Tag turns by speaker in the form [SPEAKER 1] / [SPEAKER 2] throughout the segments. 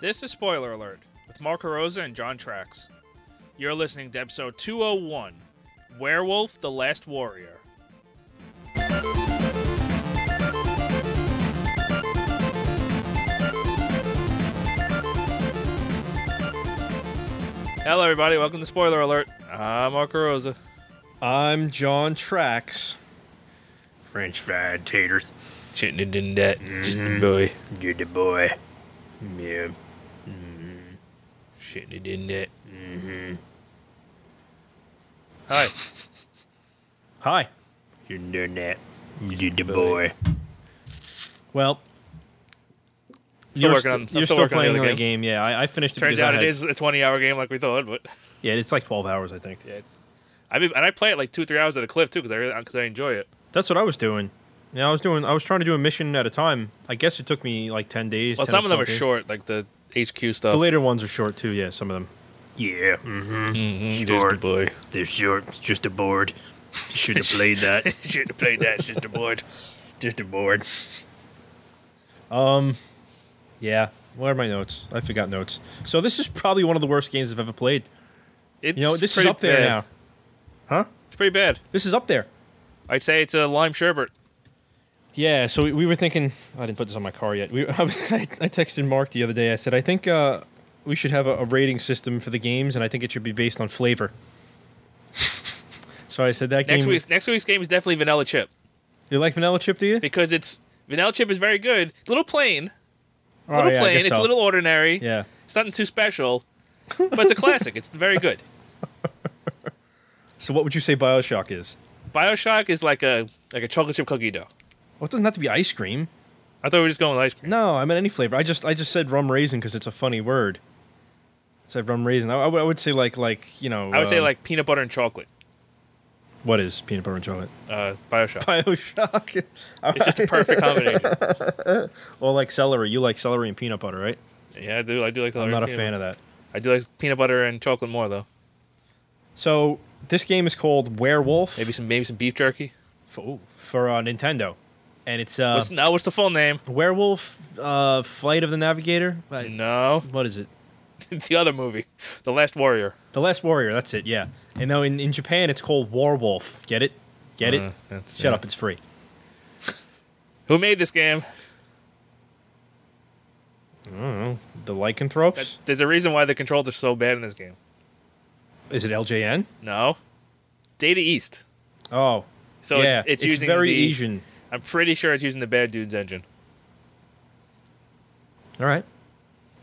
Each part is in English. [SPEAKER 1] This is Spoiler Alert with Mark Rosa and John Trax. You're listening to episode 201 Werewolf the Last Warrior. Hello, everybody. Welcome to Spoiler Alert. I'm Mark Rosa.
[SPEAKER 2] I'm John Trax.
[SPEAKER 3] French fried taters.
[SPEAKER 1] Chitting and did that. Just the boy.
[SPEAKER 3] You're the boy. Yeah.
[SPEAKER 1] Shitting it in that. Hi.
[SPEAKER 2] Hi.
[SPEAKER 3] You're the net. You're the boy.
[SPEAKER 2] Well,
[SPEAKER 1] Still
[SPEAKER 2] you're,
[SPEAKER 1] working
[SPEAKER 2] st-
[SPEAKER 1] on- I'm
[SPEAKER 2] you're
[SPEAKER 1] still
[SPEAKER 2] still,
[SPEAKER 1] working on the
[SPEAKER 2] playing
[SPEAKER 1] other
[SPEAKER 2] the game. Yeah, I, I finished it.
[SPEAKER 1] Turns
[SPEAKER 2] because I
[SPEAKER 1] out it
[SPEAKER 2] had-
[SPEAKER 1] is a 20 hour game like we thought, but.
[SPEAKER 2] Yeah, it's like 12 hours, I think.
[SPEAKER 1] Yeah, it's. I mean, and I play it like two, three hours at a clip too, because I really, because I enjoy it.
[SPEAKER 2] That's what I was doing. Yeah, I was doing. I was trying to do a mission at a time. I guess it took me like 10 days.
[SPEAKER 1] Well,
[SPEAKER 2] 10
[SPEAKER 1] some of them are
[SPEAKER 2] 12 days.
[SPEAKER 1] short, like the HQ stuff.
[SPEAKER 2] The later ones are short too. Yeah, some of them.
[SPEAKER 3] Yeah. Mm-hmm.
[SPEAKER 1] Mhm,
[SPEAKER 3] Short.
[SPEAKER 1] just boy.
[SPEAKER 3] They're short. It's just a board. Should have played that.
[SPEAKER 1] Should have played that, sister boy.
[SPEAKER 3] just a board.
[SPEAKER 2] Um, yeah. Where are my notes? I forgot notes. So this is probably one of the worst games I've ever played.
[SPEAKER 1] It's
[SPEAKER 2] You know, this is
[SPEAKER 1] pretty
[SPEAKER 2] up there
[SPEAKER 1] bad.
[SPEAKER 2] now. Huh?
[SPEAKER 1] It's pretty bad.
[SPEAKER 2] This is up there.
[SPEAKER 1] I'd say it's a lime sherbet.
[SPEAKER 2] Yeah, so we, we were thinking. I didn't put this on my car yet. We, I was I texted Mark the other day. I said I think uh, we should have a, a rating system for the games, and I think it should be based on flavor. so I said that
[SPEAKER 1] Next
[SPEAKER 2] game.
[SPEAKER 1] week's next week's game is definitely vanilla chip
[SPEAKER 2] you like vanilla chip? Do you?
[SPEAKER 1] because it's vanilla chip is very good. It's a little plain, a little
[SPEAKER 2] Oh, yeah, I
[SPEAKER 1] plain.
[SPEAKER 2] guess
[SPEAKER 1] It's a
[SPEAKER 2] so.
[SPEAKER 1] little ordinary.
[SPEAKER 2] Yeah.
[SPEAKER 1] It's nothing too special, but it's a classic. It's very good.
[SPEAKER 2] So what would you say Bioshock is?
[SPEAKER 1] Bioshock is like a like a chocolate chip cookie dough.
[SPEAKER 2] Well, it doesn't have to be ice cream.
[SPEAKER 1] I thought we were just going with ice cream.
[SPEAKER 2] No, I meant any flavor. I just I just said rum raisin because it's a funny word. I said rum raisin. I, I would- I would say like like you know.
[SPEAKER 1] I would say
[SPEAKER 2] um,
[SPEAKER 1] like peanut butter and chocolate.
[SPEAKER 2] what is peanut butter and chocolate?
[SPEAKER 1] Uh, Bioshock.
[SPEAKER 2] Bioshock.
[SPEAKER 1] It's just a perfect combination.
[SPEAKER 2] or like celery. You like celery and peanut butter, right?
[SPEAKER 1] Yeah, I do. I do like.
[SPEAKER 2] I'm not a fan of that.
[SPEAKER 1] I do like peanut butter and chocolate more though.
[SPEAKER 2] So this game is called Werewolf.
[SPEAKER 1] Maybe some maybe some beef jerky.
[SPEAKER 2] for, ooh, for uh, Nintendo, and it's uh,
[SPEAKER 1] What's no? What's the full name?
[SPEAKER 2] Werewolf uh, Flight of the Navigator. Uh,
[SPEAKER 1] No,
[SPEAKER 2] What is it?
[SPEAKER 1] the other movie, The Last Warrior.
[SPEAKER 2] The Last Warrior. That's it. Yeah. And now in, in Japan, it's called Warwolf. Get it? Get it?
[SPEAKER 1] Uh, that's-
[SPEAKER 2] Shut
[SPEAKER 1] yeah.
[SPEAKER 2] up. It's free.
[SPEAKER 1] Who made this game?
[SPEAKER 2] The Lycanthropes.
[SPEAKER 1] That- There's a reason why the controls are so bad in this game.
[SPEAKER 2] is it LJN?
[SPEAKER 1] No, Data East.
[SPEAKER 2] Oh,
[SPEAKER 1] So
[SPEAKER 2] yeah.
[SPEAKER 1] it's, it's, using
[SPEAKER 2] very
[SPEAKER 1] the,
[SPEAKER 2] Asian.
[SPEAKER 1] I'm pretty sure it's using the bad dude's engine.
[SPEAKER 2] All right.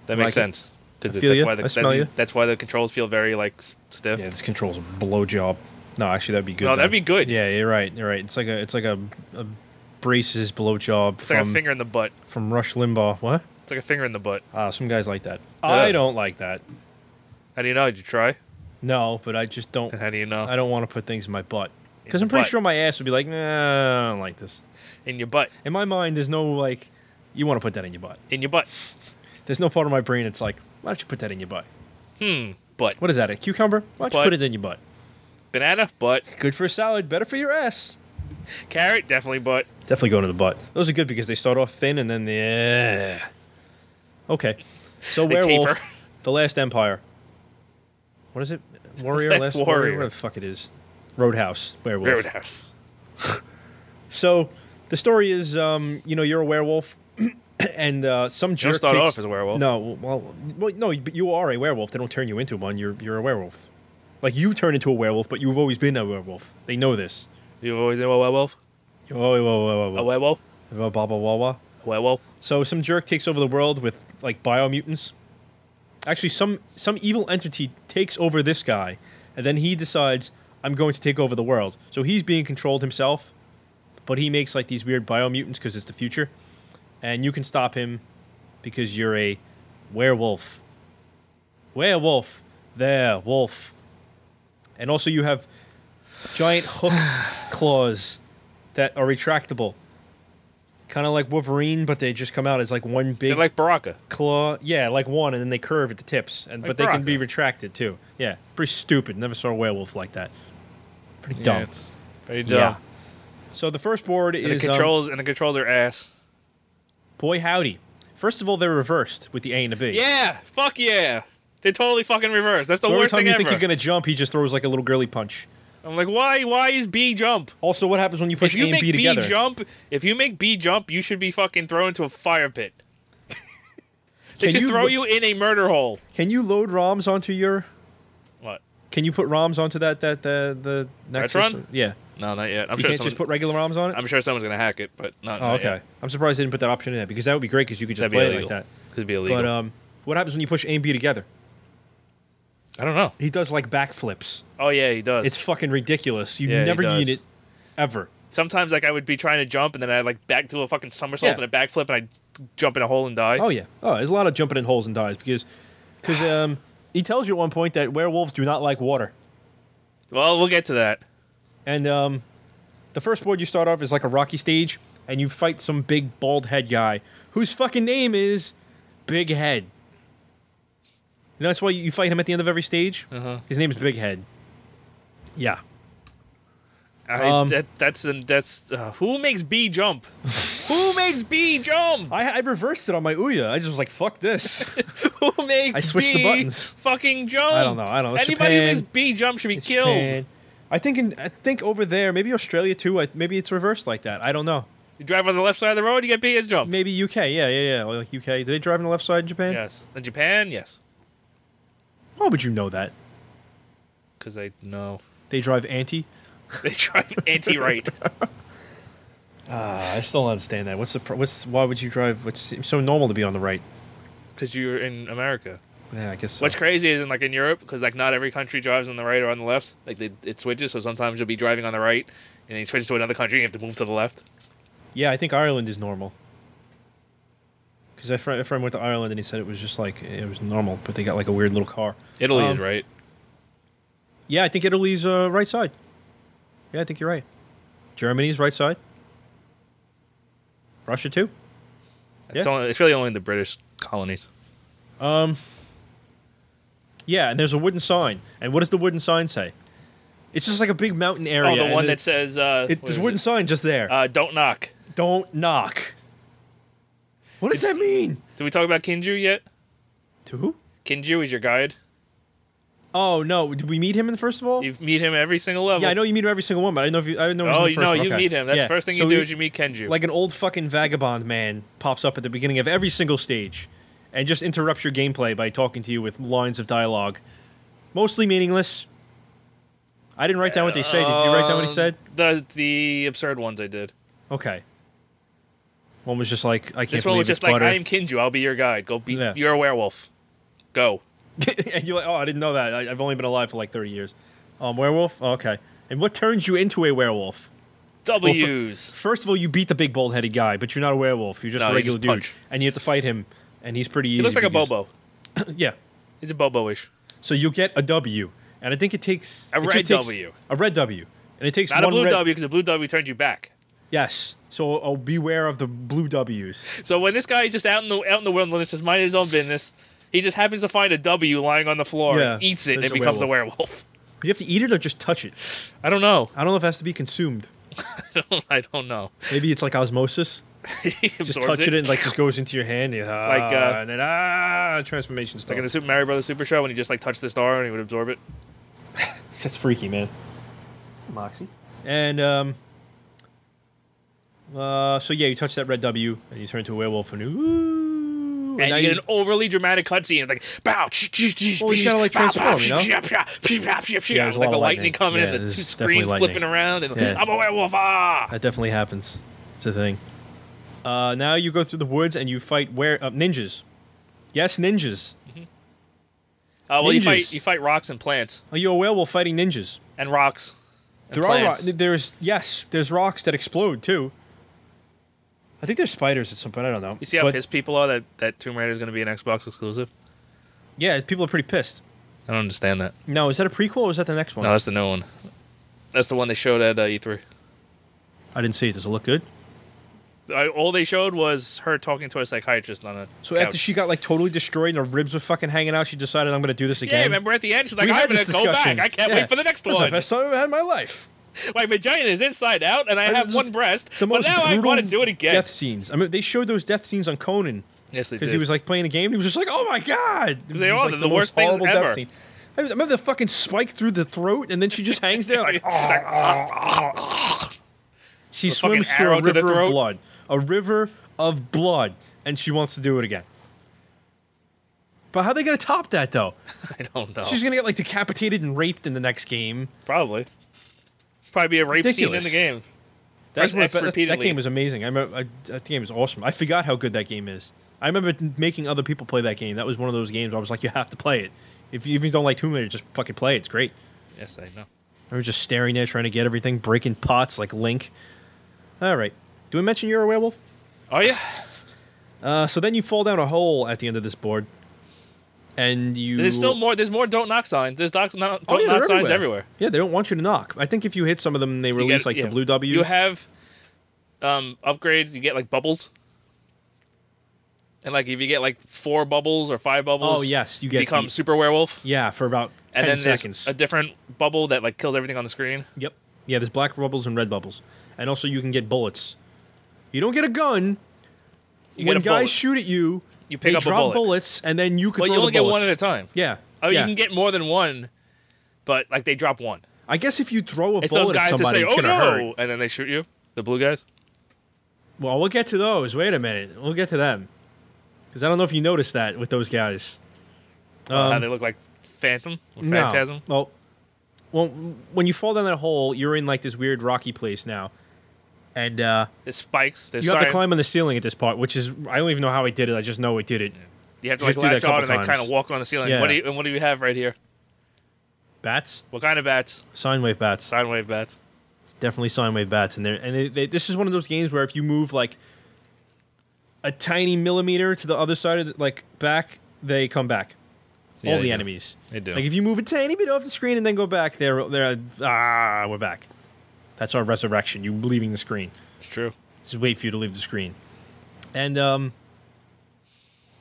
[SPEAKER 1] That
[SPEAKER 2] Like
[SPEAKER 1] makes
[SPEAKER 2] it.
[SPEAKER 1] sense because
[SPEAKER 2] I
[SPEAKER 1] that's
[SPEAKER 2] feel you.
[SPEAKER 1] why the
[SPEAKER 2] I smell you.
[SPEAKER 1] that's, that's why the controls feel very like s- stiff.
[SPEAKER 2] Yeah, this controls a blowjob. No, actually, that'd be good.
[SPEAKER 1] no, that'd
[SPEAKER 2] though.
[SPEAKER 1] be good.
[SPEAKER 2] Yeah, you're right. You're right. It's like a it's like a, a braces blowjob
[SPEAKER 1] it's like a
[SPEAKER 2] from
[SPEAKER 1] finger in the butt.
[SPEAKER 2] from Rush Limbaugh. What?
[SPEAKER 1] It's like a finger in the butt.
[SPEAKER 2] Ah, some guys like that.
[SPEAKER 1] Yeah.
[SPEAKER 2] I don't like that.
[SPEAKER 1] How do you know? Did you try?
[SPEAKER 2] No, but I just don't.
[SPEAKER 1] And how do you know?
[SPEAKER 2] I don't want to put things in my butt because
[SPEAKER 1] In
[SPEAKER 2] I'm pretty
[SPEAKER 1] butt.
[SPEAKER 2] sure my ass would be like, nah, I don't like this.
[SPEAKER 1] In your butt.
[SPEAKER 2] In my mind, there's no like, you want to put that in your butt.
[SPEAKER 1] In your butt.
[SPEAKER 2] There's no part of my brain that's like, why don't you put that in your butt?
[SPEAKER 1] Hmm. Butt.
[SPEAKER 2] What is that? A cucumber? Why don't
[SPEAKER 1] Butt.
[SPEAKER 2] you put it in your butt?
[SPEAKER 1] Banana. Butt.
[SPEAKER 2] Good for a salad, better for your ass.
[SPEAKER 1] Carrot. Definitely butt.
[SPEAKER 2] Definitely going to the butt. Those are good because they start off thin and then yeah. Okay, so
[SPEAKER 1] They
[SPEAKER 2] werewolf,
[SPEAKER 1] taper.
[SPEAKER 2] the last empire. What is it? Warrior,
[SPEAKER 1] Last
[SPEAKER 2] last
[SPEAKER 1] Warrior.
[SPEAKER 2] warrior. What the fuck it is? Roadhouse, werewolf.
[SPEAKER 1] Roadhouse.
[SPEAKER 2] So the story is, um, you know, you're a werewolf, and uh, some
[SPEAKER 1] You
[SPEAKER 2] jerk
[SPEAKER 1] don't start
[SPEAKER 2] takes-
[SPEAKER 1] off as a werewolf.
[SPEAKER 2] No, well, well, no, but you are a werewolf. They don't turn you into one. You're you're a werewolf. Like you turn into a werewolf, but you've always been a werewolf. They know this.
[SPEAKER 1] You've always been a werewolf.
[SPEAKER 2] Oh, whoa, whoa,
[SPEAKER 1] A
[SPEAKER 2] whoa, whoa,
[SPEAKER 1] werewolf.
[SPEAKER 2] whoa, blah, blah, blah, blah.
[SPEAKER 1] A werewolf.
[SPEAKER 2] So some jerk takes over the world with like biomutants. Actually, some some evil entity takes over this guy, and then he decides I'm going to take over the world. So he's being controlled himself, but he makes like these weird biomutants because it's the future, and you can stop him because you're a werewolf. Werewolf, there, wolf, and also you have giant hook claws that are retractable, kind of like Wolverine, but they just come out as like one big
[SPEAKER 1] They're like Baraka.
[SPEAKER 2] claw. Yeah, like one, and then they curve at the tips, and
[SPEAKER 1] Like
[SPEAKER 2] but they can be
[SPEAKER 1] Baraka.
[SPEAKER 2] retracted too. Yeah, pretty stupid. Never saw a werewolf like that. Pretty
[SPEAKER 1] Yeah,
[SPEAKER 2] dumb.
[SPEAKER 1] it's very
[SPEAKER 2] Yeah.
[SPEAKER 1] dumb.
[SPEAKER 2] So the first board
[SPEAKER 1] And the
[SPEAKER 2] is um,
[SPEAKER 1] controls and the controls are ass.
[SPEAKER 2] boy howdy. First of all, they're reversed with the A and the B.
[SPEAKER 1] Yeah, fuck yeah. They totally fucking reversed. That's the
[SPEAKER 2] So every
[SPEAKER 1] worst
[SPEAKER 2] time
[SPEAKER 1] thing
[SPEAKER 2] you
[SPEAKER 1] ever.
[SPEAKER 2] think you're gonna jump, he just throws like a little girly punch.
[SPEAKER 1] I'm like, why? Why is B jump?
[SPEAKER 2] Also, what happens when you
[SPEAKER 1] If
[SPEAKER 2] push
[SPEAKER 1] you
[SPEAKER 2] A and
[SPEAKER 1] make
[SPEAKER 2] B
[SPEAKER 1] B
[SPEAKER 2] together?
[SPEAKER 1] jump, if you make B jump, you should be fucking thrown into a fire pit. they
[SPEAKER 2] Can
[SPEAKER 1] should
[SPEAKER 2] you
[SPEAKER 1] throw
[SPEAKER 2] lo-
[SPEAKER 1] you in a murder hole.
[SPEAKER 2] Can you load ROMs onto your?
[SPEAKER 1] What?
[SPEAKER 2] Can you put ROMs onto that that the the Nexus?
[SPEAKER 1] Retron?
[SPEAKER 2] Yeah,
[SPEAKER 1] No, not yet. I'm
[SPEAKER 2] you
[SPEAKER 1] sure.
[SPEAKER 2] can't
[SPEAKER 1] Someone,
[SPEAKER 2] just put regular ROMs on it.
[SPEAKER 1] I'm sure someone's gonna hack it, but not.
[SPEAKER 2] oh,
[SPEAKER 1] not
[SPEAKER 2] okay.
[SPEAKER 1] yet.
[SPEAKER 2] I'm surprised they didn't put that option in there because that would be great because you could just
[SPEAKER 1] That'd be
[SPEAKER 2] play it
[SPEAKER 1] illegal.
[SPEAKER 2] like that.
[SPEAKER 1] Could be illegal.
[SPEAKER 2] But um, what happens when you push A and B together?
[SPEAKER 1] I don't know.
[SPEAKER 2] He does like backflips.
[SPEAKER 1] Oh yeah, he does.
[SPEAKER 2] It's fucking ridiculous. You
[SPEAKER 1] Yeah, he
[SPEAKER 2] never
[SPEAKER 1] does.
[SPEAKER 2] need it, ever.
[SPEAKER 1] sometimes like I would be trying to jump and then I like back to a fucking somersault and
[SPEAKER 2] Yeah.
[SPEAKER 1] a backflip and I would jump in a hole and die.
[SPEAKER 2] Oh yeah. Oh, there's a lot of jumping in holes and dies because because um he tells you at one point that werewolves do not like water.
[SPEAKER 1] Well, we'll get to that.
[SPEAKER 2] And um the first board you start off is like a rocky stage and you fight some big bald head guy whose fucking name is Big Head. You know that's why you fight him at the end of every stage?
[SPEAKER 1] Uh-huh.
[SPEAKER 2] His name is Big Head. Yeah.
[SPEAKER 1] I,
[SPEAKER 2] Um,
[SPEAKER 1] that that's an, that's uh, who makes B jump? who makes B jump?
[SPEAKER 2] I, I reversed it on my Ouya. I just was like, fuck this.
[SPEAKER 1] Who makes
[SPEAKER 2] I switched the
[SPEAKER 1] B
[SPEAKER 2] buttons.
[SPEAKER 1] Fucking jump.
[SPEAKER 2] I don't know, I don't know. It's
[SPEAKER 1] Anybody who
[SPEAKER 2] Japan.
[SPEAKER 1] makes B jump should be killed.
[SPEAKER 2] Japan. I think in, I think over there, maybe Australia too. I, maybe it's reversed like that. I don't know.
[SPEAKER 1] You drive on the left side of the road, you get B as jump.
[SPEAKER 2] Maybe UK. Yeah, yeah, yeah. Like UK. Do they drive on the left side in Japan?
[SPEAKER 1] Yes. In Japan, yes,
[SPEAKER 2] How would you know that?
[SPEAKER 1] because they know
[SPEAKER 2] They drive anti.
[SPEAKER 1] they drive anti right.
[SPEAKER 2] Ah, I still don't understand that. What's the pro- what's why would you drive? What's it's so normal to be on the right?
[SPEAKER 1] Because you're in America.
[SPEAKER 2] Yeah, I guess. So.
[SPEAKER 1] What's crazy is in like in Europe, because like not every country drives on the right or on the left. Like they, it switches, so sometimes you'll be driving on the right, and then you switch to another country, and you have to move to the left.
[SPEAKER 2] yeah, I think Ireland is normal. Because a friend, a friend went to Ireland and he said it was just like it was normal, but they got like a weird little car.
[SPEAKER 1] Italy is
[SPEAKER 2] Um,
[SPEAKER 1] right.
[SPEAKER 2] Yeah, I think Italy's uh, right side. Yeah, I think you're right. Germany's right side. Russia too.
[SPEAKER 1] It's, only, it's really only the British colonies.
[SPEAKER 2] Yeah, and there's a wooden sign. And what does the wooden sign say? It's just like a big mountain area.
[SPEAKER 1] oh, the
[SPEAKER 2] and
[SPEAKER 1] one
[SPEAKER 2] it-
[SPEAKER 1] that says uh,
[SPEAKER 2] It,
[SPEAKER 1] what
[SPEAKER 2] there's
[SPEAKER 1] is
[SPEAKER 2] a wooden
[SPEAKER 1] it?
[SPEAKER 2] sign just there.
[SPEAKER 1] uh, "Don't knock."
[SPEAKER 2] Don't knock. What does
[SPEAKER 1] It's-
[SPEAKER 2] that mean?
[SPEAKER 1] Did we talk about Kinju yet?
[SPEAKER 2] To who?
[SPEAKER 1] Kinju is your guide.
[SPEAKER 2] Oh no! Did we meet him in the first of all?
[SPEAKER 1] You meet him every single level.
[SPEAKER 2] yeah, I know you meet him every single one, but I didn't know if you. I didn't know. It was
[SPEAKER 1] Oh,
[SPEAKER 2] in the
[SPEAKER 1] you
[SPEAKER 2] first
[SPEAKER 1] know,
[SPEAKER 2] one.
[SPEAKER 1] you
[SPEAKER 2] Okay.
[SPEAKER 1] meet him. That's
[SPEAKER 2] Yeah.
[SPEAKER 1] the first thing
[SPEAKER 2] So
[SPEAKER 1] you do
[SPEAKER 2] he-
[SPEAKER 1] is you meet Kenju.
[SPEAKER 2] Like an old fucking vagabond man pops up at the beginning of every single stage, and just interrupts your gameplay by talking to you with lines of dialogue, mostly meaningless. I didn't write down what they say. Did you write down what he
[SPEAKER 1] Uh,
[SPEAKER 2] said?
[SPEAKER 1] The the absurd ones I did.
[SPEAKER 2] Okay. One was just like, I can't
[SPEAKER 1] This
[SPEAKER 2] believe
[SPEAKER 1] one was
[SPEAKER 2] it's
[SPEAKER 1] just like,
[SPEAKER 2] butter.
[SPEAKER 1] "I am Kinju. I'll be your guide. Go be.
[SPEAKER 2] Yeah.
[SPEAKER 1] You're a werewolf. Go."
[SPEAKER 2] and you're like, oh, I didn't know that. I, I've only been alive for like 30 years. Um, werewolf? Oh, okay. And what turns you into a werewolf?
[SPEAKER 1] W's.
[SPEAKER 2] First of all, you beat the big bald headed guy, but you're not a werewolf. You're just
[SPEAKER 1] No,
[SPEAKER 2] a
[SPEAKER 1] you
[SPEAKER 2] regular
[SPEAKER 1] just
[SPEAKER 2] dude.
[SPEAKER 1] punch.
[SPEAKER 2] And you have to fight him, and he's pretty easy.
[SPEAKER 1] He looks like a
[SPEAKER 2] because-
[SPEAKER 1] Bobo.
[SPEAKER 2] Yeah.
[SPEAKER 1] He's a Bobo-ish.
[SPEAKER 2] So you get a W, and I think it takes
[SPEAKER 1] A
[SPEAKER 2] it just
[SPEAKER 1] red
[SPEAKER 2] takes-
[SPEAKER 1] W.
[SPEAKER 2] A red W. And it takes
[SPEAKER 1] Not a
[SPEAKER 2] one
[SPEAKER 1] blue
[SPEAKER 2] red,
[SPEAKER 1] W because a blue W turns you back.
[SPEAKER 2] Yes. So oh, beware of the blue W's.
[SPEAKER 1] So when this guy is just out in the out in the wilderness, just minding his own business, he just happens to find a W lying on the floor,
[SPEAKER 2] Yeah.
[SPEAKER 1] and eats it, and
[SPEAKER 2] There's a
[SPEAKER 1] becomes a werewolf.
[SPEAKER 2] You have to eat it or just touch it.
[SPEAKER 1] I don't know.
[SPEAKER 2] I don't know if it has to be consumed.
[SPEAKER 1] I don't know.
[SPEAKER 2] Maybe it's like osmosis.
[SPEAKER 1] He
[SPEAKER 2] just
[SPEAKER 1] absorbs
[SPEAKER 2] touch it. and like just goes into your hand. Yeah,
[SPEAKER 1] Like, uh,
[SPEAKER 2] and then ah, transformation stuff.
[SPEAKER 1] like in the Super Mario Brothers Super Show when he just like touched the star and he would absorb it.
[SPEAKER 2] That's freaky, man. Moxie. And um, uh, so yeah, you touch that red W and you turn into a werewolf and ooh,
[SPEAKER 1] And,
[SPEAKER 2] now
[SPEAKER 1] you get an overly dramatic cutscene, like bow.
[SPEAKER 2] Well, he's gotta, like, transform, you know?
[SPEAKER 1] Yeah,
[SPEAKER 2] there's a
[SPEAKER 1] like
[SPEAKER 2] lot
[SPEAKER 1] the
[SPEAKER 2] of
[SPEAKER 1] lightning
[SPEAKER 2] lightning.
[SPEAKER 1] coming
[SPEAKER 2] Yeah,
[SPEAKER 1] in, the
[SPEAKER 2] there's
[SPEAKER 1] two
[SPEAKER 2] definitely
[SPEAKER 1] screens
[SPEAKER 2] lightning.
[SPEAKER 1] flipping around, and
[SPEAKER 2] Yeah.
[SPEAKER 1] I'm a werewolf. Ah!
[SPEAKER 2] that definitely happens. It's a thing. Uh, now you go through the woods and you fight where uh, ninjas. Yes, ninjas.
[SPEAKER 1] Uh, well, you
[SPEAKER 2] Ninjas.
[SPEAKER 1] fight you fight rocks and plants
[SPEAKER 2] Are you a werewolf fighting ninjas?
[SPEAKER 1] and rocks. And
[SPEAKER 2] There
[SPEAKER 1] plants.
[SPEAKER 2] are ro- there's yes, there's rocks that explode too. I think there's spiders at some point. I don't know.
[SPEAKER 1] You see how
[SPEAKER 2] But-
[SPEAKER 1] pissed people are that that Tomb Raider is going to be an Xbox exclusive?
[SPEAKER 2] Yeah, people are pretty pissed.
[SPEAKER 1] I don't understand that.
[SPEAKER 2] No, is that a prequel or is that the next one?
[SPEAKER 1] No, that's the new one. That's the one they showed at uh, E3.
[SPEAKER 2] I didn't see it. Does it look good?
[SPEAKER 1] I, all they showed was her talking to a psychiatrist on a.
[SPEAKER 2] So
[SPEAKER 1] couch.
[SPEAKER 2] after she got like totally destroyed and her ribs were fucking hanging out, she decided I'm going to do this again.
[SPEAKER 1] yeah, remember at the end she's like,
[SPEAKER 2] We
[SPEAKER 1] "I'm
[SPEAKER 2] had
[SPEAKER 1] going
[SPEAKER 2] this
[SPEAKER 1] to go back.
[SPEAKER 2] discussion.
[SPEAKER 1] I can't
[SPEAKER 2] Yeah.
[SPEAKER 1] wait for the next
[SPEAKER 2] That's
[SPEAKER 1] one.
[SPEAKER 2] the best time I've had in my life.
[SPEAKER 1] My vagina is inside out, and I have
[SPEAKER 2] This is
[SPEAKER 1] one breast,
[SPEAKER 2] The
[SPEAKER 1] but
[SPEAKER 2] most
[SPEAKER 1] now I
[SPEAKER 2] brutal
[SPEAKER 1] want to do it again."
[SPEAKER 2] Death scenes. I mean, they showed those death scenes on Conan.
[SPEAKER 1] Yes, they
[SPEAKER 2] because
[SPEAKER 1] did.
[SPEAKER 2] he was like playing a game. and He was just like, "Oh my god!" It
[SPEAKER 1] They
[SPEAKER 2] was,
[SPEAKER 1] are,
[SPEAKER 2] like,
[SPEAKER 1] they're the worst
[SPEAKER 2] most
[SPEAKER 1] things
[SPEAKER 2] horrible death
[SPEAKER 1] ever.
[SPEAKER 2] scene. I remember the fucking spike through the throat, and then she just hangs there like,
[SPEAKER 1] Like,
[SPEAKER 2] She
[SPEAKER 1] fucking
[SPEAKER 2] swims through
[SPEAKER 1] arrow
[SPEAKER 2] a
[SPEAKER 1] to the
[SPEAKER 2] river
[SPEAKER 1] throat.
[SPEAKER 2] of blood. A river of blood. And she wants to do it again. But how are they going to top that, though?
[SPEAKER 1] I don't know.
[SPEAKER 2] "Ah." She's going to get, like, decapitated and raped in the next game.
[SPEAKER 1] Probably. Probably be a rape
[SPEAKER 2] Ridiculous.
[SPEAKER 1] scene in the game. Press
[SPEAKER 2] That's
[SPEAKER 1] X
[SPEAKER 2] that, that
[SPEAKER 1] repeatedly.
[SPEAKER 2] game was amazing. I, remember, I That game was awesome. I forgot how good that game is. I remember making other people play that game. That was one of those games where I was like, you have to play it. If you, if you don't like Tomb Raider, just fucking play it. It's great.
[SPEAKER 1] Yes, I know.
[SPEAKER 2] I was just staring there, trying to get everything, breaking pots like Link. All right. Do we mention you're a werewolf?
[SPEAKER 1] Oh yeah.
[SPEAKER 2] Uh, so then you fall down a hole at the end of this board, and you.
[SPEAKER 1] There's still more. There's more don't knock signs. There's doc, no, don't
[SPEAKER 2] Oh, yeah, they're
[SPEAKER 1] knock signs everywhere.
[SPEAKER 2] Yeah, they don't want you to knock. I think if you hit some of them, they
[SPEAKER 1] You
[SPEAKER 2] release
[SPEAKER 1] get-
[SPEAKER 2] like
[SPEAKER 1] yeah.
[SPEAKER 2] the blue W's.
[SPEAKER 1] You have um, upgrades. You get like bubbles, and like if you get like four bubbles or five bubbles,
[SPEAKER 2] oh yes, you
[SPEAKER 1] you
[SPEAKER 2] get
[SPEAKER 1] become
[SPEAKER 2] the-
[SPEAKER 1] super werewolf.
[SPEAKER 2] yeah for about
[SPEAKER 1] and
[SPEAKER 2] ten
[SPEAKER 1] then there's
[SPEAKER 2] seconds.
[SPEAKER 1] a different bubble that like kills everything on the screen.
[SPEAKER 2] yep. Yeah, there's black bubbles and red bubbles, and also you can get bullets. You don't get a gun.
[SPEAKER 1] You get
[SPEAKER 2] when
[SPEAKER 1] a
[SPEAKER 2] guys
[SPEAKER 1] bullet.
[SPEAKER 2] shoot at you,
[SPEAKER 1] You pick
[SPEAKER 2] they
[SPEAKER 1] up a
[SPEAKER 2] drop
[SPEAKER 1] bullet.
[SPEAKER 2] bullets, and then you can.
[SPEAKER 1] But
[SPEAKER 2] throw
[SPEAKER 1] you only
[SPEAKER 2] the
[SPEAKER 1] get one
[SPEAKER 2] bullets.
[SPEAKER 1] at a time.
[SPEAKER 2] Yeah.
[SPEAKER 1] I mean,
[SPEAKER 2] yeah.
[SPEAKER 1] you can get more than one, but like they drop one.
[SPEAKER 2] I guess if you throw a
[SPEAKER 1] It's
[SPEAKER 2] bullet
[SPEAKER 1] those guys
[SPEAKER 2] at
[SPEAKER 1] that
[SPEAKER 2] somebody,
[SPEAKER 1] say,
[SPEAKER 2] it's
[SPEAKER 1] "Oh
[SPEAKER 2] gonna
[SPEAKER 1] no,"
[SPEAKER 2] hurt.
[SPEAKER 1] and then they shoot you. The blue guys.
[SPEAKER 2] Well, we'll get to those. Wait a minute. We'll get to them. Because I don't know if you noticed that with those guys.
[SPEAKER 1] Uh, how they look like Phantom or
[SPEAKER 2] Um, No.
[SPEAKER 1] Phantasm.
[SPEAKER 2] Well, well, when you fall down that hole, you're in like this weird rocky place now. And uh,
[SPEAKER 1] There's spikes. There's
[SPEAKER 2] you have
[SPEAKER 1] sign-
[SPEAKER 2] to climb on the ceiling at this part, which is, I don't even know how I did it. I just know I did it.
[SPEAKER 1] You have to
[SPEAKER 2] You
[SPEAKER 1] like
[SPEAKER 2] have to do that
[SPEAKER 1] latch
[SPEAKER 2] a
[SPEAKER 1] on
[SPEAKER 2] couple
[SPEAKER 1] and like kind
[SPEAKER 2] times.
[SPEAKER 1] of walk on the ceiling.
[SPEAKER 2] Yeah.
[SPEAKER 1] What do you, and what do you have right here?
[SPEAKER 2] Bats?
[SPEAKER 1] What kind of bats?
[SPEAKER 2] Sine wave bats.
[SPEAKER 1] Sine wave bats.
[SPEAKER 2] definitely sine wave bats in there. And they, they, this is one of those games where if you move like a tiny millimeter to the other side of the, like back, they come back.
[SPEAKER 1] Yeah,
[SPEAKER 2] All
[SPEAKER 1] they
[SPEAKER 2] the
[SPEAKER 1] do.
[SPEAKER 2] enemies.
[SPEAKER 1] They do.
[SPEAKER 2] Like if you move a tiny bit off the screen and then go back, they're they're ah, we're back. That's our resurrection. You leaving the screen.
[SPEAKER 1] It's true.
[SPEAKER 2] Just wait for you to leave the screen. And um,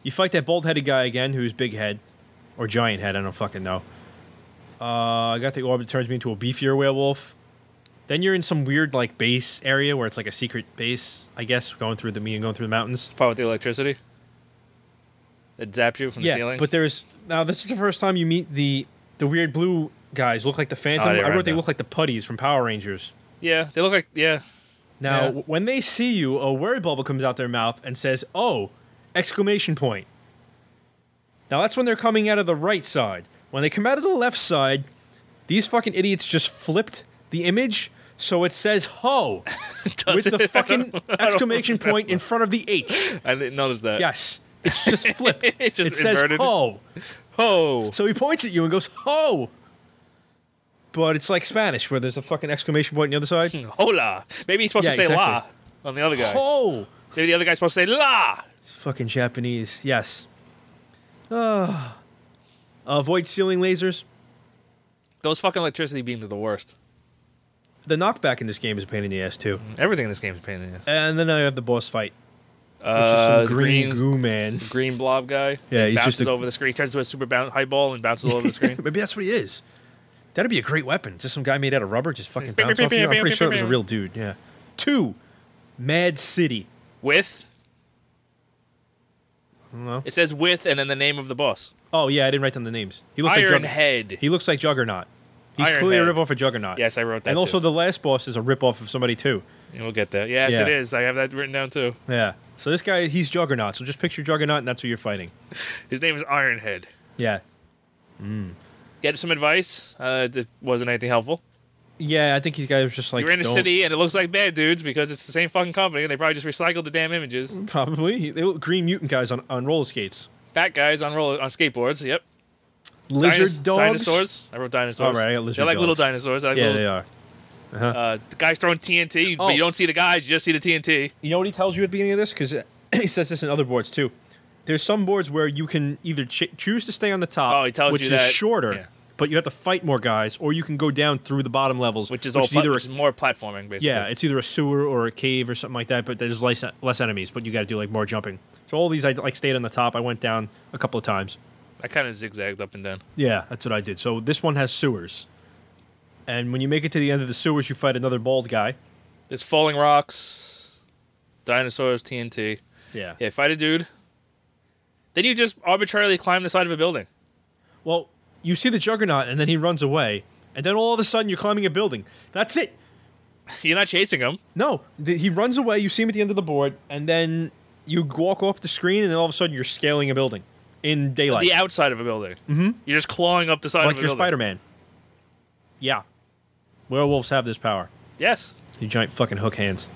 [SPEAKER 2] you fight that bald headed guy again who's big head or giant head. I don't fucking know. Uh, I got the orb that turns me into a beefier werewolf. Then you're in some weird like base area where it's like a secret base, I guess, going through the me and going through the mountains.
[SPEAKER 1] Part with the electricity. It zaps you from the
[SPEAKER 2] Yeah,
[SPEAKER 1] ceiling.
[SPEAKER 2] but there's now this is the first time you meet the the weird blue guys. Look like the Phantom.
[SPEAKER 1] they
[SPEAKER 2] I
[SPEAKER 1] ride
[SPEAKER 2] wrote they
[SPEAKER 1] that.
[SPEAKER 2] look like the putties from Power Rangers.
[SPEAKER 1] yeah, they look like yeah.
[SPEAKER 2] Now,
[SPEAKER 1] Yeah.
[SPEAKER 2] w- when they see you, a word bubble comes out their mouth and says, "Oh!" exclamation point. Now that's when they're coming out of the right side. When they come out of the left side, these fucking idiots just flipped the image, so it says "ho" with
[SPEAKER 1] Does
[SPEAKER 2] the
[SPEAKER 1] it?
[SPEAKER 2] fucking exclamation
[SPEAKER 1] remember.
[SPEAKER 2] point in front of the H.
[SPEAKER 1] I didn't notice that.
[SPEAKER 2] Yes, it's just flipped.
[SPEAKER 1] It's just
[SPEAKER 2] it says
[SPEAKER 1] inverted.
[SPEAKER 2] "ho."
[SPEAKER 1] Oh,
[SPEAKER 2] So he points at you and goes "ho," but it's like Spanish where there's a fucking exclamation point on the other
[SPEAKER 1] Hmm.
[SPEAKER 2] side.
[SPEAKER 1] hola. Maybe he's supposed to
[SPEAKER 2] Yeah,
[SPEAKER 1] say
[SPEAKER 2] exactly.
[SPEAKER 1] la on the other guy.
[SPEAKER 2] Ho.
[SPEAKER 1] Maybe the other guy's supposed to say la.
[SPEAKER 2] Fucking Japanese, yes. Ah. Uh, avoid ceiling lasers.
[SPEAKER 1] Those fucking electricity beams are the worst.
[SPEAKER 2] The knockback in this game is a pain in the ass too.
[SPEAKER 1] Everything in this game is a pain in the ass.
[SPEAKER 2] And then I have the boss fight, which is
[SPEAKER 1] Uh,
[SPEAKER 2] some
[SPEAKER 1] the
[SPEAKER 2] green, goo man.
[SPEAKER 1] green blob guy.
[SPEAKER 2] Yeah, he's just
[SPEAKER 1] bounces
[SPEAKER 2] a-
[SPEAKER 1] over the screen. He turns into a super bounce, high ball and bounces all over the screen.
[SPEAKER 2] Maybe that's what he is. That'd be a great weapon. Just some guy made out of rubber, just fucking
[SPEAKER 1] Beep,
[SPEAKER 2] bounce
[SPEAKER 1] beep,
[SPEAKER 2] off you.
[SPEAKER 1] beep,
[SPEAKER 2] I'm pretty
[SPEAKER 1] beep,
[SPEAKER 2] sure it
[SPEAKER 1] beep,
[SPEAKER 2] was a
[SPEAKER 1] beep.
[SPEAKER 2] real dude. Yeah. Two, Mad City.
[SPEAKER 1] With
[SPEAKER 2] I don't know.
[SPEAKER 1] it says with and then the name of the boss.
[SPEAKER 2] Oh yeah, I didn't write down the names. He looks
[SPEAKER 1] Iron
[SPEAKER 2] like Juggernaut.
[SPEAKER 1] Head.
[SPEAKER 2] He looks like Juggernaut. He's
[SPEAKER 1] Iron
[SPEAKER 2] clearly
[SPEAKER 1] Head.
[SPEAKER 2] a ripoff of Juggernaut.
[SPEAKER 1] Yes, I wrote that.
[SPEAKER 2] and also
[SPEAKER 1] too.
[SPEAKER 2] the last boss is a ripoff of somebody too.
[SPEAKER 1] And we'll get that. Yes,
[SPEAKER 2] Yeah.
[SPEAKER 1] it is. I have that written down too.
[SPEAKER 2] Yeah. So this guy, he's Juggernaut. So just picture Juggernaut, and that's who you're fighting.
[SPEAKER 1] His name is Ironhead.
[SPEAKER 2] Yeah.
[SPEAKER 1] Get some advice. Uh, it wasn't anything helpful.
[SPEAKER 2] Yeah, I think these guys were just like
[SPEAKER 1] You're in a
[SPEAKER 2] don't-
[SPEAKER 1] city and it looks like bad dudes because it's the same fucking company and they probably just recycled the damn images.
[SPEAKER 2] Probably they look green mutant guys on, on roller skates.
[SPEAKER 1] Fat guys on roller on skateboards. Yep.
[SPEAKER 2] Lizard
[SPEAKER 1] Dinos-
[SPEAKER 2] dogs.
[SPEAKER 1] Dinosaurs. I wrote dinosaurs.
[SPEAKER 2] All right, I got lizard
[SPEAKER 1] They're like little
[SPEAKER 2] dogs.
[SPEAKER 1] dinosaurs. They're like
[SPEAKER 2] Yeah,
[SPEAKER 1] little-
[SPEAKER 2] they are.
[SPEAKER 1] Uh, the guys throwing TNT,
[SPEAKER 2] Oh.
[SPEAKER 1] but you don't see the guys. You just see the TNT.
[SPEAKER 2] You know what he tells you at the beginning of this? Because he says this in other boards too. There's some boards where you can either ch- choose to stay on the top,
[SPEAKER 1] Oh, he tells
[SPEAKER 2] which
[SPEAKER 1] you
[SPEAKER 2] is
[SPEAKER 1] that-
[SPEAKER 2] shorter,
[SPEAKER 1] yeah.
[SPEAKER 2] but you have to fight more guys, or you can go down through the bottom levels,
[SPEAKER 1] which is all pla-
[SPEAKER 2] either a-
[SPEAKER 1] which is more platforming basically.
[SPEAKER 2] yeah, it's either a sewer or a cave or something like that. But there's less less enemies, but you got to do like more jumping. So all these I like stayed on the top. I went down a couple of times.
[SPEAKER 1] I kind of zigzagged up and down.
[SPEAKER 2] Yeah, that's what I did. So this one has sewers. And when you make it to the end of the sewers, you fight another bald guy.
[SPEAKER 1] There's falling rocks, dinosaurs, TNT.
[SPEAKER 2] Yeah.
[SPEAKER 1] Yeah, fight a dude. Then you just arbitrarily climb the side of a building.
[SPEAKER 2] Well, you see the juggernaut and then he runs away, and then all of a sudden you're climbing a building. That's it.
[SPEAKER 1] You're not chasing him.
[SPEAKER 2] No, th- he runs away. You see him at the end of the board, and then you walk off the screen, and then all of a sudden you're scaling a building in daylight,
[SPEAKER 1] The outside of a building. Mm-hmm. You're just clawing up the side
[SPEAKER 2] like
[SPEAKER 1] of a
[SPEAKER 2] you're
[SPEAKER 1] building.
[SPEAKER 2] Spider Man. Yeah, werewolves have this power.
[SPEAKER 1] Yes.
[SPEAKER 2] You giant fucking hook hands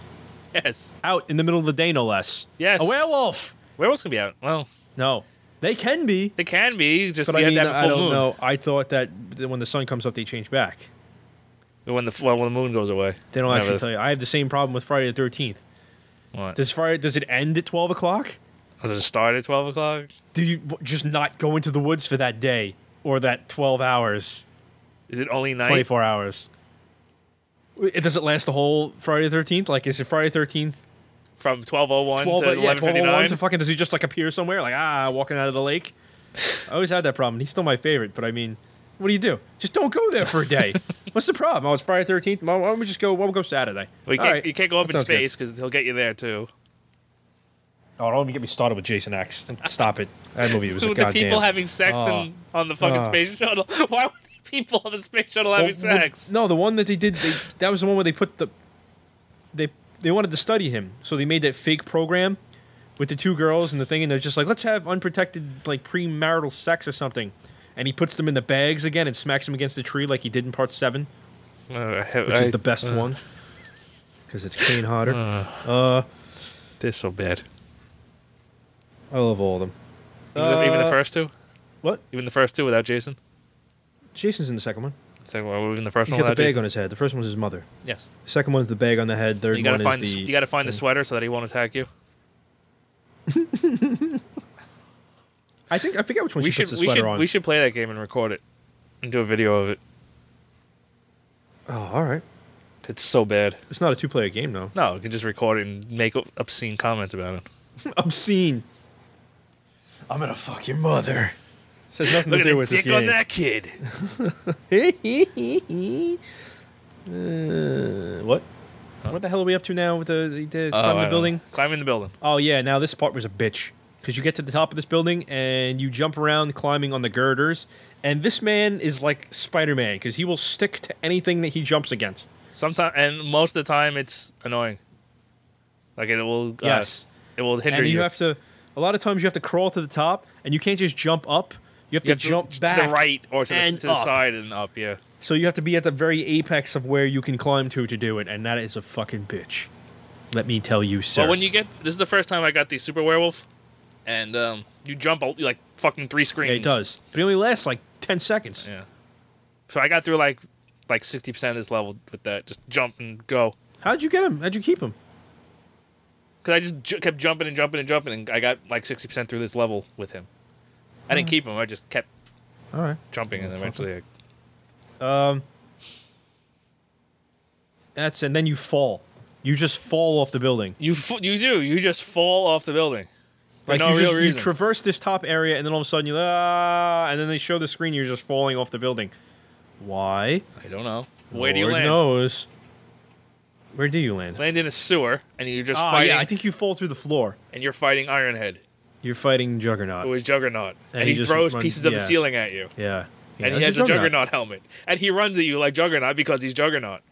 [SPEAKER 1] Yes.
[SPEAKER 2] out in the middle of the day, no less.
[SPEAKER 1] Yes.
[SPEAKER 2] a werewolf.
[SPEAKER 1] Werewolves can be out. Well,
[SPEAKER 2] No, they can be,
[SPEAKER 1] they can be. Just
[SPEAKER 2] but
[SPEAKER 1] you
[SPEAKER 2] I mean,
[SPEAKER 1] have to have
[SPEAKER 2] I
[SPEAKER 1] a full
[SPEAKER 2] don't
[SPEAKER 1] moon.
[SPEAKER 2] know. I thought that when the sun comes up, they change back.
[SPEAKER 1] When the well, when the moon goes away,
[SPEAKER 2] They don't
[SPEAKER 1] Whenever-
[SPEAKER 2] actually tell you. I have the same problem with Friday the Thirteenth.
[SPEAKER 1] What?
[SPEAKER 2] Does Friday? Does it end at twelve o'clock?
[SPEAKER 1] Does it start at twelve o'clock?
[SPEAKER 2] Do you w- just not go into the woods for that day or that twelve hours,
[SPEAKER 1] Is it only night?
[SPEAKER 2] twenty four hours? It doesn't last the whole Friday the Thirteenth. Like, is it Friday Thirteenth?
[SPEAKER 1] from twelve oh one to
[SPEAKER 2] Twelve, yeah,
[SPEAKER 1] eleven
[SPEAKER 2] twelve
[SPEAKER 1] fifty
[SPEAKER 2] oh one
[SPEAKER 1] nine.
[SPEAKER 2] to fucking. Does he just like appear somewhere? Like, ah, walking out of the lake. I always had that problem. He's still my favorite, but I mean, what do you do? Just don't go there for a day. What's the problem? Oh, it's Friday Thirteenth. Why why don't we just go? Why don't we go Saturday?
[SPEAKER 1] We
[SPEAKER 2] All
[SPEAKER 1] can't,
[SPEAKER 2] right.
[SPEAKER 1] You can't go up
[SPEAKER 2] That
[SPEAKER 1] in
[SPEAKER 2] sounds good.
[SPEAKER 1] space because he'll get you there too.
[SPEAKER 2] Oh, don't even get me started with Jason X. Stop it. That movie was a
[SPEAKER 1] With the
[SPEAKER 2] goddamn.
[SPEAKER 1] people having sex
[SPEAKER 2] Oh.
[SPEAKER 1] and, on the fucking
[SPEAKER 2] Oh.
[SPEAKER 1] space shuttle. Why were the people on the space shuttle
[SPEAKER 2] Well,
[SPEAKER 1] having
[SPEAKER 2] the-
[SPEAKER 1] sex?
[SPEAKER 2] no, the one that they did, they, that was the one where they put the. They they wanted to study him, so they made that fake program with the two girls and the thing, and they're just like, let's have unprotected like premarital sex or something, and he puts them in the bags again and smacks them against the tree like he did in part seven,
[SPEAKER 1] Uh, Uh.
[SPEAKER 2] which is the best one. Because it's Kane Hodder. Uh,
[SPEAKER 1] This so bad.
[SPEAKER 2] I love all of them.
[SPEAKER 1] Even, the, even the
[SPEAKER 2] Uh,
[SPEAKER 1] first two.
[SPEAKER 2] what?
[SPEAKER 1] Even the first two without Jason.
[SPEAKER 2] Jason's in the second one.
[SPEAKER 1] Second one, even the first
[SPEAKER 2] He's
[SPEAKER 1] one
[SPEAKER 2] got the
[SPEAKER 1] without
[SPEAKER 2] bag
[SPEAKER 1] Jason.
[SPEAKER 2] on his head. The first one's his mother.
[SPEAKER 1] Yes.
[SPEAKER 2] The second one's the bag on the head. Third
[SPEAKER 1] You
[SPEAKER 2] one
[SPEAKER 1] gotta find
[SPEAKER 2] is
[SPEAKER 1] the,
[SPEAKER 2] the.
[SPEAKER 1] you gotta find the sweater so that he won't attack you.
[SPEAKER 2] I think I forget which one
[SPEAKER 1] we
[SPEAKER 2] she
[SPEAKER 1] should
[SPEAKER 2] puts the
[SPEAKER 1] we
[SPEAKER 2] sweater
[SPEAKER 1] should
[SPEAKER 2] on.
[SPEAKER 1] we should play that game and record it and do a video of it.
[SPEAKER 2] Oh, all right.
[SPEAKER 1] It's so bad.
[SPEAKER 2] It's not a two-player game though.
[SPEAKER 1] No, we can just record it and make obscene comments about it.
[SPEAKER 2] obscene. I'm gonna fuck your mother. Says nothing
[SPEAKER 1] Look at
[SPEAKER 2] to do
[SPEAKER 1] the
[SPEAKER 2] with this
[SPEAKER 1] dick on
[SPEAKER 2] game.
[SPEAKER 1] that kid.
[SPEAKER 2] Uh, what? What the hell are we up to now with the, the climbing the building?
[SPEAKER 1] Uh, Climbing the building.
[SPEAKER 2] Oh yeah, now this part was a bitch because you get to the top of this building and you jump around climbing on the girders, and this man is like Spider-Man because he will stick to anything that he jumps against.
[SPEAKER 1] Sometimes, and most of the time, it's annoying. Like it will. uh,
[SPEAKER 2] Yes.
[SPEAKER 1] it will hinder
[SPEAKER 2] and
[SPEAKER 1] you.
[SPEAKER 2] you have to. A lot of times you have to crawl to the top, and you can't just jump up. You have
[SPEAKER 1] You
[SPEAKER 2] to jump
[SPEAKER 1] to,
[SPEAKER 2] back
[SPEAKER 1] to the right or to the,
[SPEAKER 2] and
[SPEAKER 1] to the
[SPEAKER 2] up.
[SPEAKER 1] side and up. Yeah.
[SPEAKER 2] So you have to be at the very apex of where you can climb to to do it, and that is a fucking bitch. Let me tell you, sir.
[SPEAKER 1] But when you get this is the first time I got the super werewolf, and um, you jump a- like fucking three screens.
[SPEAKER 2] yeah, it does, but it only lasts like ten seconds.
[SPEAKER 1] Yeah. So I got through like like sixty percent of this level with that. Just jump and go.
[SPEAKER 2] How'd you get him? How'd you keep him?
[SPEAKER 1] Because I just ju- kept jumping and jumping and jumping, and I got like sixty percent through this level with him. I didn't keep him. I just kept
[SPEAKER 2] Hmm. All right.
[SPEAKER 1] jumping, and eventually, I,
[SPEAKER 2] That's and then you fall. You just fall off the building.
[SPEAKER 1] you f- you do you just fall off the building. For
[SPEAKER 2] Like
[SPEAKER 1] no
[SPEAKER 2] you,
[SPEAKER 1] real
[SPEAKER 2] just, you
[SPEAKER 1] reason.
[SPEAKER 2] traverse this top area, and then all of a sudden you ah, and then they show the screen. You're just falling off the building. Why?
[SPEAKER 1] I don't know. Where do you
[SPEAKER 2] Lord
[SPEAKER 1] land?
[SPEAKER 2] Knows. Where do you land?
[SPEAKER 1] Land in a sewer, and you're just
[SPEAKER 2] Ah,
[SPEAKER 1] fighting,
[SPEAKER 2] yeah, I think you fall through the floor.
[SPEAKER 1] and you're fighting Ironhead,
[SPEAKER 2] You're fighting Juggernaut.
[SPEAKER 1] who is Juggernaut, and,
[SPEAKER 2] And he
[SPEAKER 1] he,
[SPEAKER 2] just
[SPEAKER 1] throws
[SPEAKER 2] runs-
[SPEAKER 1] pieces of the
[SPEAKER 2] yeah.
[SPEAKER 1] ceiling at you,
[SPEAKER 2] Yeah. Yeah,
[SPEAKER 1] and he
[SPEAKER 2] it's
[SPEAKER 1] has a juggernaut. helmet, and he runs at you like Juggernaut because he's Juggernaut.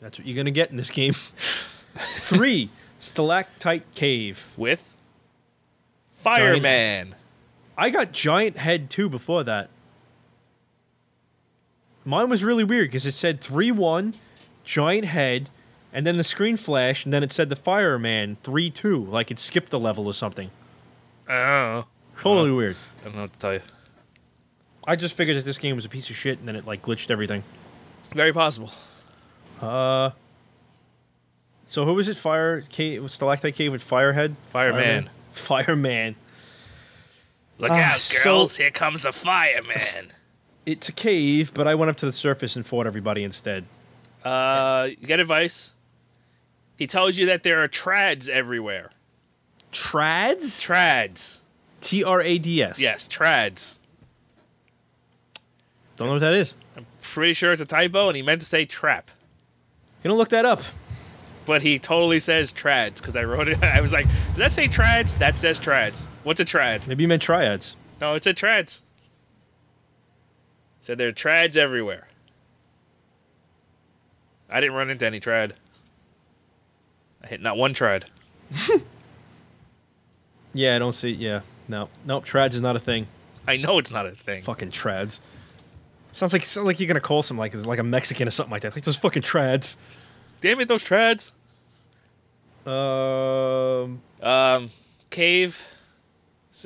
[SPEAKER 2] That's what you're gonna get in this game. Three stalactite cave.
[SPEAKER 1] With Fireman,
[SPEAKER 2] I got giant head two before that. Mine was really weird because it said three one, giant head, and then the screen flashed, and then it said the fireman three two, like it skipped a level or something.
[SPEAKER 1] oh,
[SPEAKER 2] Totally weird.
[SPEAKER 1] I don't know what to tell you.
[SPEAKER 2] I just figured that this game was a piece of shit, and then it like glitched everything.
[SPEAKER 1] Very possible.
[SPEAKER 2] So who was it? Fire cave, stalactite cave with firehead.
[SPEAKER 1] Fireman.
[SPEAKER 2] Fireman.
[SPEAKER 1] Look
[SPEAKER 2] Ah,
[SPEAKER 1] out,
[SPEAKER 2] so-
[SPEAKER 1] girls! Here comes the fireman.
[SPEAKER 2] It's a cave, but I went up to the surface and fought everybody instead.
[SPEAKER 1] uh, you get advice. He tells you that there are trads everywhere.
[SPEAKER 2] Trads?
[SPEAKER 1] Trads.
[SPEAKER 2] T R A D S.
[SPEAKER 1] Yes, trads.
[SPEAKER 2] Don't know what that is.
[SPEAKER 1] Pretty sure it's a typo, and he meant to say trap.
[SPEAKER 2] Gonna look that up.
[SPEAKER 1] but he totally says trads because I wrote it. I was like, does that say trads? That says trads. What's a triad?
[SPEAKER 2] Maybe you meant triads.
[SPEAKER 1] No, it's a trads. Said there are trads everywhere. I didn't run into any trad. I hit not one trad.
[SPEAKER 2] Yeah, I don't see. Yeah, no, nope. Trads is not a thing.
[SPEAKER 1] I know it's not a thing.
[SPEAKER 2] Fucking trads. Sounds like sounds like you're gonna call some like like a Mexican or something like that. Like those fucking trads.
[SPEAKER 1] Damn it, those trads.
[SPEAKER 2] Um,
[SPEAKER 1] Um, cave,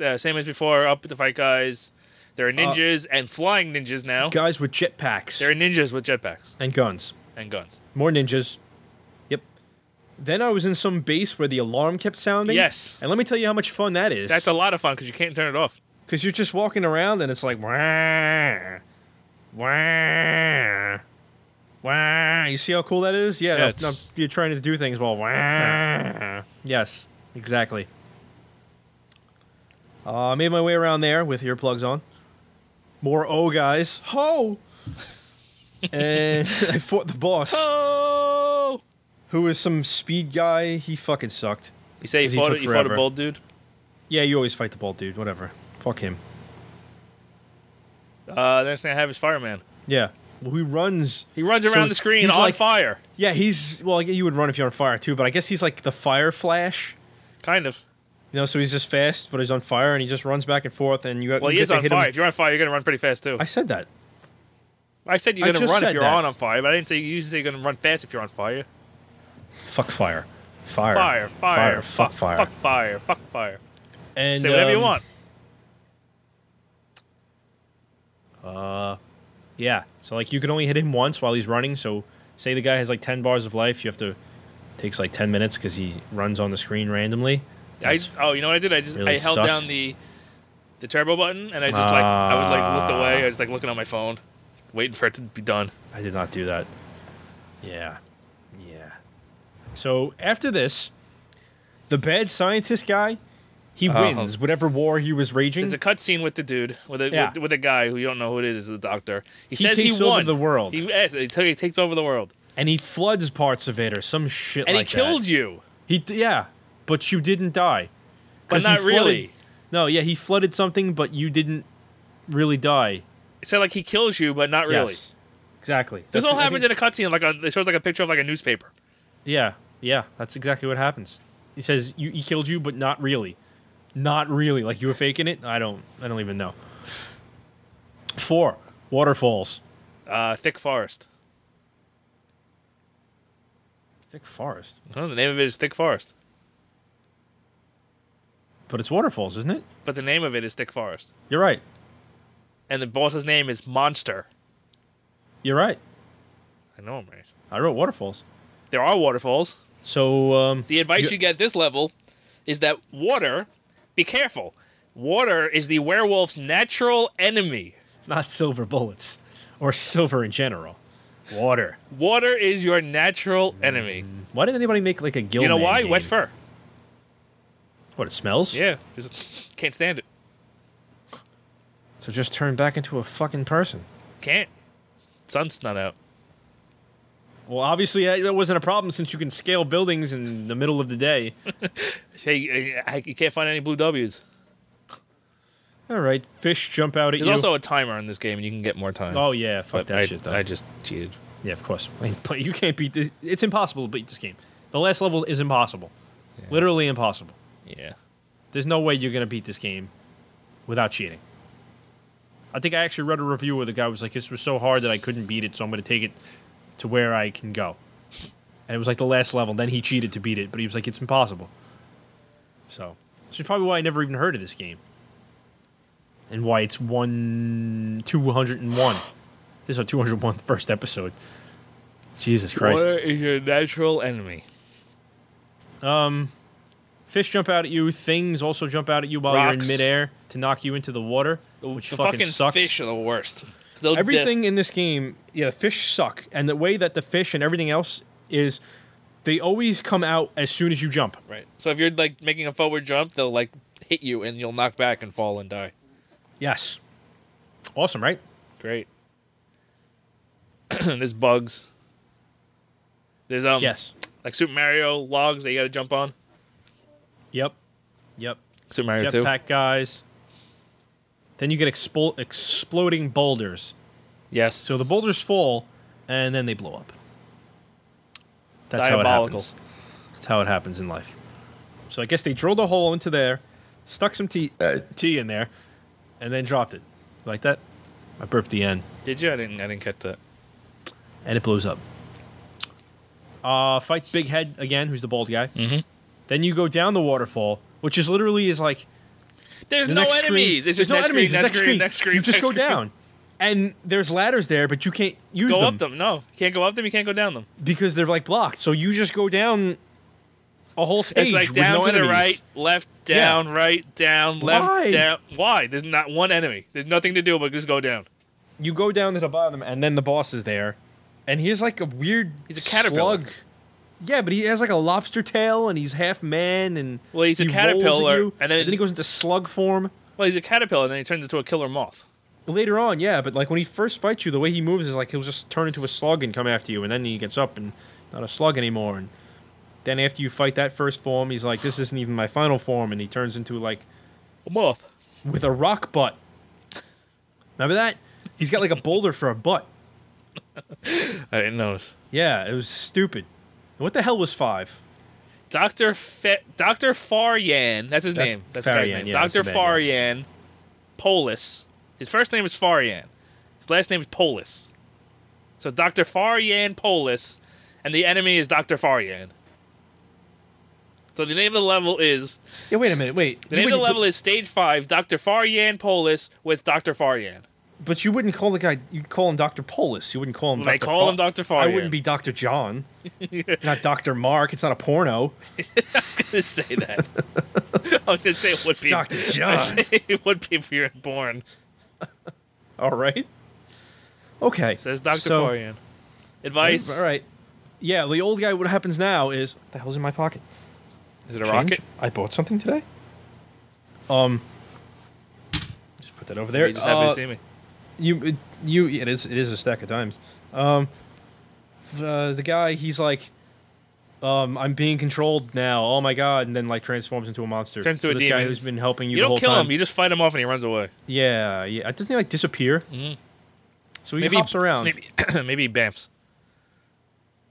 [SPEAKER 1] uh, same as before. Up to fight guys. There are ninjas and flying ninjas now.
[SPEAKER 2] guys with jetpacks
[SPEAKER 1] There are ninjas with jetpacks
[SPEAKER 2] and guns.
[SPEAKER 1] and guns.
[SPEAKER 2] More ninjas. Yep. Then I was in some base where the alarm kept sounding.
[SPEAKER 1] Yes.
[SPEAKER 2] And let me tell you how much fun that is.
[SPEAKER 1] That's a lot of fun because you can't turn it off.
[SPEAKER 2] because you're just walking around and it's like wah, wah, wah. You see how cool that is? Yeah.
[SPEAKER 1] Yeah,
[SPEAKER 2] no-
[SPEAKER 1] it's-
[SPEAKER 2] no, you're trying to do things while wah. Yes, exactly. Uh, I made my way around there with earplugs on. More O guys. Ho! and I fought the boss,
[SPEAKER 1] Oh!
[SPEAKER 2] who was some speed guy. He fucking sucked.
[SPEAKER 1] You say you
[SPEAKER 2] 'Cause he
[SPEAKER 1] fought,
[SPEAKER 2] took
[SPEAKER 1] you fought a
[SPEAKER 2] forever.
[SPEAKER 1] bold dude.
[SPEAKER 2] Yeah, you always fight the bald dude. Whatever. Fuck him.
[SPEAKER 1] Uh, the next thing I have is Fireman.
[SPEAKER 2] Yeah. Well, he runs.
[SPEAKER 1] He runs around
[SPEAKER 2] So
[SPEAKER 1] the screen
[SPEAKER 2] he's
[SPEAKER 1] on
[SPEAKER 2] like-
[SPEAKER 1] fire.
[SPEAKER 2] Yeah, he's well. I guess you would run if you're on fire too, but I guess he's like the fire flash.
[SPEAKER 1] Kind of.
[SPEAKER 2] You know, so he's just fast, but he's on fire, and he just runs back and forth, and you.
[SPEAKER 1] Well,
[SPEAKER 2] you
[SPEAKER 1] he
[SPEAKER 2] get
[SPEAKER 1] is
[SPEAKER 2] to
[SPEAKER 1] on
[SPEAKER 2] hit
[SPEAKER 1] fire.
[SPEAKER 2] Him.
[SPEAKER 1] If you're on fire, you're going to run pretty fast, too.
[SPEAKER 2] I said that.
[SPEAKER 1] I said you're
[SPEAKER 2] I
[SPEAKER 1] going to
[SPEAKER 2] just
[SPEAKER 1] run if
[SPEAKER 2] said
[SPEAKER 1] you're
[SPEAKER 2] that.
[SPEAKER 1] on on fire, but I didn't say you usually say you're going to run fast if you're on fire.
[SPEAKER 2] Fuck fire, fire,
[SPEAKER 1] Fire, fire,
[SPEAKER 2] fuck, fire.
[SPEAKER 1] fuck fire, fuck fire.
[SPEAKER 2] And
[SPEAKER 1] Say whatever you
[SPEAKER 2] um,
[SPEAKER 1] want.
[SPEAKER 2] Yeah. So like, you can only hit him once while he's running. So say the guy has like ten bars of life, you have to takes like ten minutes because he runs on the screen randomly.
[SPEAKER 1] I,
[SPEAKER 2] That's-
[SPEAKER 1] oh, you know what I did? I just
[SPEAKER 2] really
[SPEAKER 1] I held
[SPEAKER 2] sucked.
[SPEAKER 1] down the the turbo button and I just like I was like looked away. I was like looking on my phone, waiting for it to be done.
[SPEAKER 2] I did not do that. Yeah. Yeah. So after this, the bad scientist guy, he
[SPEAKER 1] Uh-huh.
[SPEAKER 2] wins whatever war he was raging.
[SPEAKER 1] There's a cutscene with the dude with a
[SPEAKER 2] Yeah.
[SPEAKER 1] with, with a guy who you don't know who it is. Is the doctor? He,
[SPEAKER 2] He
[SPEAKER 1] says
[SPEAKER 2] takes
[SPEAKER 1] he
[SPEAKER 2] over
[SPEAKER 1] won
[SPEAKER 2] the world.
[SPEAKER 1] He, yes, he t- he takes over the world
[SPEAKER 2] and he floods parts of it or some shit
[SPEAKER 1] and
[SPEAKER 2] like
[SPEAKER 1] he killed
[SPEAKER 2] that.
[SPEAKER 1] you,
[SPEAKER 2] He d- yeah, but you didn't die.
[SPEAKER 1] but
[SPEAKER 2] 'Cause he
[SPEAKER 1] not
[SPEAKER 2] flooded-
[SPEAKER 1] really.
[SPEAKER 2] No, yeah, he flooded something, but you didn't really die.
[SPEAKER 1] So like he kills you, but not really.
[SPEAKER 2] Yes. Exactly.
[SPEAKER 1] This all
[SPEAKER 2] I
[SPEAKER 1] happens
[SPEAKER 2] think-
[SPEAKER 1] in a cutscene. Like a, it shows like a picture of like a newspaper.
[SPEAKER 2] Yeah, yeah, that's exactly what happens. He says you, he killed you, but not really, not really. Like you were faking it. I don't, I don't even know. Four waterfalls,
[SPEAKER 1] Uh, Thick Forest.
[SPEAKER 2] thick forest,
[SPEAKER 1] Well, the name of it is Thick Forest,
[SPEAKER 2] but it's waterfalls, isn't it?
[SPEAKER 1] but the name of it is Thick Forest,
[SPEAKER 2] You're right.
[SPEAKER 1] and the boss's name is Monster.
[SPEAKER 2] You're right.
[SPEAKER 1] I know I'm right.
[SPEAKER 2] I wrote waterfalls.
[SPEAKER 1] There are waterfalls.
[SPEAKER 2] So um,
[SPEAKER 1] The advice you get at this level is that water, be careful. Water is the werewolf's natural enemy.
[SPEAKER 2] not silver bullets, or silver in general. Water.
[SPEAKER 1] Water is your natural enemy.
[SPEAKER 2] Why did anybody make like a guild?
[SPEAKER 1] You know why?
[SPEAKER 2] Game?
[SPEAKER 1] Wet fur.
[SPEAKER 2] What it smells?
[SPEAKER 1] Yeah, just can't stand it.
[SPEAKER 2] So just turn back into a fucking person.
[SPEAKER 1] Can't. Sun's not out.
[SPEAKER 2] Well, obviously that that wasn't a problem since you can scale buildings in the middle of the day.
[SPEAKER 1] Hey, I- I- you can't find any blue W's.
[SPEAKER 2] All right, fish jump out at
[SPEAKER 1] There's
[SPEAKER 2] you.
[SPEAKER 1] also a timer in this game, and you can get more time.
[SPEAKER 2] oh yeah, fuck
[SPEAKER 1] But
[SPEAKER 2] that
[SPEAKER 1] I,
[SPEAKER 2] shit though.
[SPEAKER 1] I just cheated.
[SPEAKER 2] yeah, of course. I mean, but you can't beat this. It's impossible to beat this game. The last level is impossible, literally impossible.
[SPEAKER 1] Yeah.
[SPEAKER 2] There's no way you're gonna beat this game without cheating. I think I actually read a review where the guy was like, "This was so hard that I couldn't beat it, so I'm gonna take it to where I can go." And it was like the last level. Then he cheated to beat it, but he was like, "It's impossible." So this is probably why I never even heard of this game, and why it's one two hundred and one. This is our 201 first episode. Jesus Christ.
[SPEAKER 1] Water is your natural enemy.
[SPEAKER 2] Fish jump out at you. Things also jump out at you while you're in
[SPEAKER 1] Rocks.
[SPEAKER 2] midair to knock you into the water, which
[SPEAKER 1] the
[SPEAKER 2] fucking,
[SPEAKER 1] fucking,
[SPEAKER 2] sucks.
[SPEAKER 1] fish are the worst. 'Cause they'll-
[SPEAKER 2] Everything in this game, yeah, fish suck. And the way that the fish and everything else is, they always come out as soon as you jump.
[SPEAKER 1] Right. So if you're like making a forward jump, they'll like hit you and you'll knock back and fall and die.
[SPEAKER 2] Yes. Awesome, right?
[SPEAKER 1] Great. There's bugs. There's um
[SPEAKER 2] Yes.
[SPEAKER 1] like Super Mario logs that you got to jump on.
[SPEAKER 2] Yep. Yep.
[SPEAKER 1] Super Mario Two.
[SPEAKER 2] jetpack guys. Then you get expo- exploding boulders.
[SPEAKER 1] Yes.
[SPEAKER 2] So the boulders fall, and then they blow up. That's how it
[SPEAKER 1] Diabolical.
[SPEAKER 2] happens. That's how it happens in life. So I guess they drilled a hole into there, stuck some tea,
[SPEAKER 4] Uh,
[SPEAKER 2] tea in there, and then dropped it. Like that? I burped the end,
[SPEAKER 1] Did you? I didn't. I didn't get that.
[SPEAKER 2] and it blows up. Uh, fight Big Head again, who's the bald guy.
[SPEAKER 1] Mhm.
[SPEAKER 2] Then you go down the waterfall, which is literally is like
[SPEAKER 1] There's
[SPEAKER 2] the
[SPEAKER 1] no
[SPEAKER 2] next
[SPEAKER 1] enemies.
[SPEAKER 2] screen.
[SPEAKER 1] It's just
[SPEAKER 2] there's no
[SPEAKER 1] next
[SPEAKER 2] enemies.
[SPEAKER 1] screen,
[SPEAKER 2] it's
[SPEAKER 1] next screen, next screen.
[SPEAKER 2] You just
[SPEAKER 1] next
[SPEAKER 2] go
[SPEAKER 1] screen.
[SPEAKER 2] down, and there's ladders there, but you can't use
[SPEAKER 1] Go
[SPEAKER 2] them,
[SPEAKER 1] up them. No, you can't go up them. You can't go down them.
[SPEAKER 2] because they're like blocked. So you just go down a whole stage
[SPEAKER 1] it's like
[SPEAKER 2] with
[SPEAKER 1] down
[SPEAKER 2] no
[SPEAKER 1] to
[SPEAKER 2] enemies.
[SPEAKER 1] the right, left,
[SPEAKER 2] Yeah.
[SPEAKER 1] down, right, down, left,
[SPEAKER 2] Why?
[SPEAKER 1] down. Why? There's not one enemy. There's nothing to do but just go down.
[SPEAKER 2] You go down to the bottom, and then the boss is there, and he's like a weird.
[SPEAKER 1] He's a caterpillar.
[SPEAKER 2] Slug. Yeah, but he has like a lobster tail, and he's half man, and
[SPEAKER 1] Well, he's a
[SPEAKER 2] he rolls at
[SPEAKER 1] caterpillar,
[SPEAKER 2] you,
[SPEAKER 1] and then-
[SPEAKER 2] he goes into slug form
[SPEAKER 1] Well, he's a caterpillar, and then he turns into a killer moth.
[SPEAKER 2] later on. Yeah, but like when he first fights you, the way he moves is like he'll just turn into a slug and come after you, and then he gets up and not a slug anymore. And then after you fight that first form, he's like, "This isn't even my final form," and he turns into like
[SPEAKER 1] A moth.
[SPEAKER 2] with a rock butt. Remember that? He's got like a boulder for a butt.
[SPEAKER 1] I didn't notice.
[SPEAKER 2] Yeah, it was stupid. What the hell was five?
[SPEAKER 1] Doctor Fe- Doctor Faryan. That's his
[SPEAKER 2] That's
[SPEAKER 1] name. That's the guy's
[SPEAKER 2] Faryan,
[SPEAKER 1] name.
[SPEAKER 2] yeah, that's
[SPEAKER 1] Doctor
[SPEAKER 2] the bad guy.
[SPEAKER 1] Faryan. Polis. His first name is Faryan. His last name is Polis. So Doctor Faryan Polis, and the enemy is Doctor Faryan. So the name of the level is
[SPEAKER 2] Yeah, wait a minute, wait.
[SPEAKER 1] the
[SPEAKER 2] You
[SPEAKER 1] name of the
[SPEAKER 2] wouldn't-
[SPEAKER 1] level is Stage Five. Doctor Faryan Polis with Doctor Faryan.
[SPEAKER 2] but you wouldn't call the guy. You'd call him Doctor Polis. You wouldn't call him.
[SPEAKER 1] They
[SPEAKER 2] Dr.
[SPEAKER 1] call him Dr.
[SPEAKER 2] I
[SPEAKER 1] Faryan.
[SPEAKER 2] wouldn't be Doctor John. not Doctor Mark. It's not a porno.
[SPEAKER 1] Just say that. I was gonna say it would
[SPEAKER 2] It's
[SPEAKER 1] be
[SPEAKER 2] Dr.
[SPEAKER 1] I
[SPEAKER 2] John.
[SPEAKER 1] say it would be if you were born.
[SPEAKER 2] All right. Okay.
[SPEAKER 1] Says Dr.
[SPEAKER 2] So-
[SPEAKER 1] Faryan. Advice.
[SPEAKER 2] All right. Yeah, the old guy. What happens now is what the hell's in my pocket?
[SPEAKER 1] Is it a
[SPEAKER 2] Change?
[SPEAKER 1] rocket?
[SPEAKER 2] I bought something today. Um. Just put that over there.
[SPEAKER 1] You just happy
[SPEAKER 2] Uh,
[SPEAKER 1] to see me.
[SPEAKER 2] you you it is it is a stack of dimes. Um, the the guy he's like, um, I'm being controlled now. Oh my god! And then like transforms into a monster.
[SPEAKER 1] Turns to
[SPEAKER 2] So
[SPEAKER 1] a
[SPEAKER 2] this
[SPEAKER 1] demon.
[SPEAKER 2] guy who's been helping you.
[SPEAKER 1] You don't
[SPEAKER 2] the whole
[SPEAKER 1] kill
[SPEAKER 2] time.
[SPEAKER 1] him. You just fight him off and he runs away.
[SPEAKER 2] Yeah, yeah. Doesn't he like disappear? Mm-hmm. So he
[SPEAKER 1] maybe
[SPEAKER 2] hops around.
[SPEAKER 1] Maybe, maybe he bamps.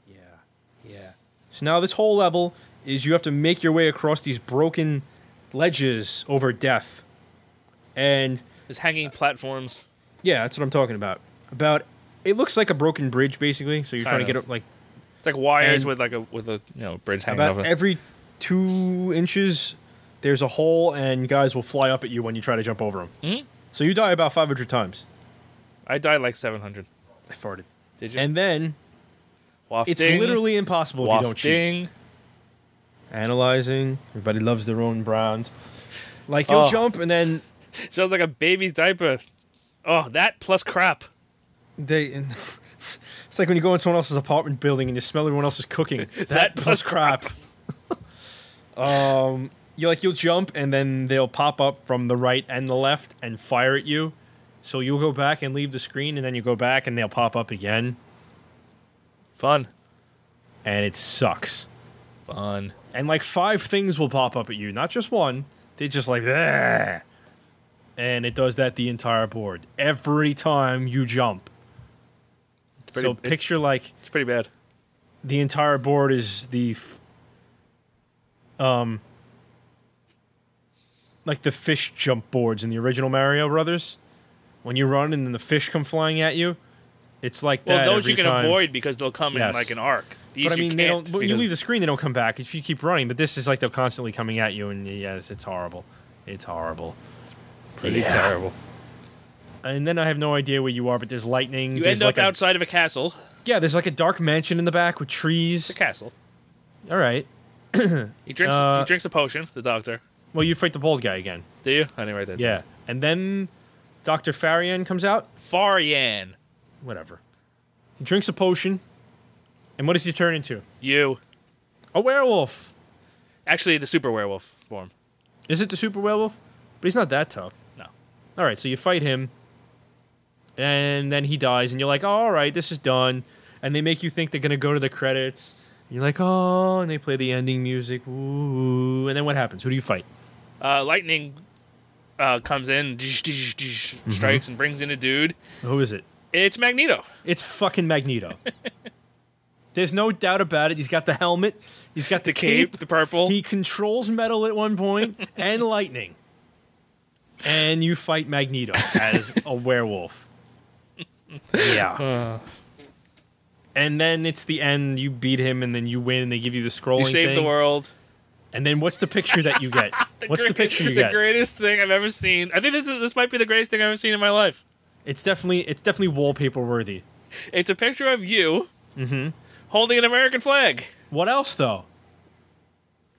[SPEAKER 2] Yeah, yeah. So now this whole level is you have to make your way across these broken ledges over death, and
[SPEAKER 1] Just hanging platforms.
[SPEAKER 2] yeah, that's what I'm talking about. About it looks like a broken bridge basically. So you're trying
[SPEAKER 1] Kind
[SPEAKER 2] to get
[SPEAKER 1] of.
[SPEAKER 2] up like
[SPEAKER 1] It's like wires
[SPEAKER 2] And-
[SPEAKER 1] with like a with a you know bridge hanging
[SPEAKER 2] About
[SPEAKER 1] over. it.
[SPEAKER 2] every two inches, there's a hole, and guys will fly up at you when you try to jump over them.
[SPEAKER 1] Mhm.
[SPEAKER 2] So you die about 500 times.
[SPEAKER 1] I died like seven hundred.
[SPEAKER 2] I farted.
[SPEAKER 1] Did you?
[SPEAKER 2] And then
[SPEAKER 1] wafting,
[SPEAKER 2] it's literally impossible if you don't cheat.
[SPEAKER 1] wafting.
[SPEAKER 2] Analyzing. Everybody loves their own brand. Like you'll
[SPEAKER 1] Oh.
[SPEAKER 2] jump, and then
[SPEAKER 1] Smells like a baby's diaper. Oh, that plus crap.
[SPEAKER 2] they. And it's like when you go in someone else's apartment building and you smell everyone else's cooking. That,
[SPEAKER 1] plus
[SPEAKER 2] plus crap. um, you like you'll jump and then they'll pop up from the right and the left and fire at you. So you'll go back and leave the screen, and then you go back and they'll pop up again,
[SPEAKER 1] Fun.
[SPEAKER 2] and it sucks.
[SPEAKER 1] Fun.
[SPEAKER 2] And like five things will pop up at you, not just one. They just like "Bleh." and it does that the entire board every time you jump.
[SPEAKER 1] It's pretty,
[SPEAKER 2] so picture like
[SPEAKER 1] it's pretty bad.
[SPEAKER 2] the entire board is the f- um like the fish jump boards in the original Mario Brothers. When you run and then the fish come flying at you, it's like
[SPEAKER 1] Well,
[SPEAKER 2] that.
[SPEAKER 1] those
[SPEAKER 2] every
[SPEAKER 1] you can
[SPEAKER 2] time.
[SPEAKER 1] avoid because they'll come in
[SPEAKER 2] Yes.
[SPEAKER 1] like an arc. These
[SPEAKER 2] But I
[SPEAKER 1] you
[SPEAKER 2] mean, they
[SPEAKER 1] can't
[SPEAKER 2] don't. When you
[SPEAKER 1] because-
[SPEAKER 2] leave the screen, they don't come back if you keep running. But this is like they're constantly coming at you, and yes, it's horrible. It's horrible.
[SPEAKER 1] pretty
[SPEAKER 2] Yeah.
[SPEAKER 1] terrible.
[SPEAKER 2] And then I have no idea where you are, but there's lightning.
[SPEAKER 1] You
[SPEAKER 2] there's
[SPEAKER 1] end up
[SPEAKER 2] like a-
[SPEAKER 1] outside of a castle.
[SPEAKER 2] yeah, there's like a dark mansion in the back with
[SPEAKER 1] It's a
[SPEAKER 2] trees.
[SPEAKER 1] castle.
[SPEAKER 2] All right.
[SPEAKER 1] He drinks.
[SPEAKER 2] Uh,
[SPEAKER 1] he drinks a potion. The doctor.
[SPEAKER 2] Well, you fight the bald guy again.
[SPEAKER 1] Do you? I didn't write that.
[SPEAKER 2] Yeah. And then Dr. Farian comes out.
[SPEAKER 1] Faryan.
[SPEAKER 2] Whatever. He drinks a potion. And what does he turn into?
[SPEAKER 1] You.
[SPEAKER 2] A werewolf.
[SPEAKER 1] Actually, the super werewolf form.
[SPEAKER 2] Is it the super werewolf? But he's not that tough.
[SPEAKER 1] No.
[SPEAKER 2] All right, so you fight him. And then he dies. And you're like, oh, all right, this is done. And they make you think they're going to go to the credits. And you're like, oh, and they play the ending music. Ooh. And then what happens? Who do you fight?
[SPEAKER 1] Uh, lightning uh, comes in,
[SPEAKER 2] Mm-hmm.
[SPEAKER 1] strikes, and brings in a dude.
[SPEAKER 2] Who is it?
[SPEAKER 1] It's Magneto.
[SPEAKER 2] It's fucking Magneto. There's no doubt about it. He's got the helmet. He's got the,
[SPEAKER 1] The cape, the purple.
[SPEAKER 2] He controls metal at one point and lightning. And you fight Magneto as a werewolf.
[SPEAKER 3] Yeah.
[SPEAKER 2] And then it's the end. You beat him, and then you win, and they give you the scrolling
[SPEAKER 1] you saved
[SPEAKER 2] thing.
[SPEAKER 1] the world.
[SPEAKER 2] And then what's the picture that you get? what's the
[SPEAKER 1] Great-
[SPEAKER 2] picture you
[SPEAKER 1] the
[SPEAKER 2] get?
[SPEAKER 1] greatest thing I've ever seen. I think this is this might be the greatest thing I've ever seen in my life.
[SPEAKER 2] It's definitely it's definitely wallpaper worthy.
[SPEAKER 1] It's a picture of you
[SPEAKER 2] Mm-hmm.
[SPEAKER 1] holding an American flag.
[SPEAKER 2] What else though?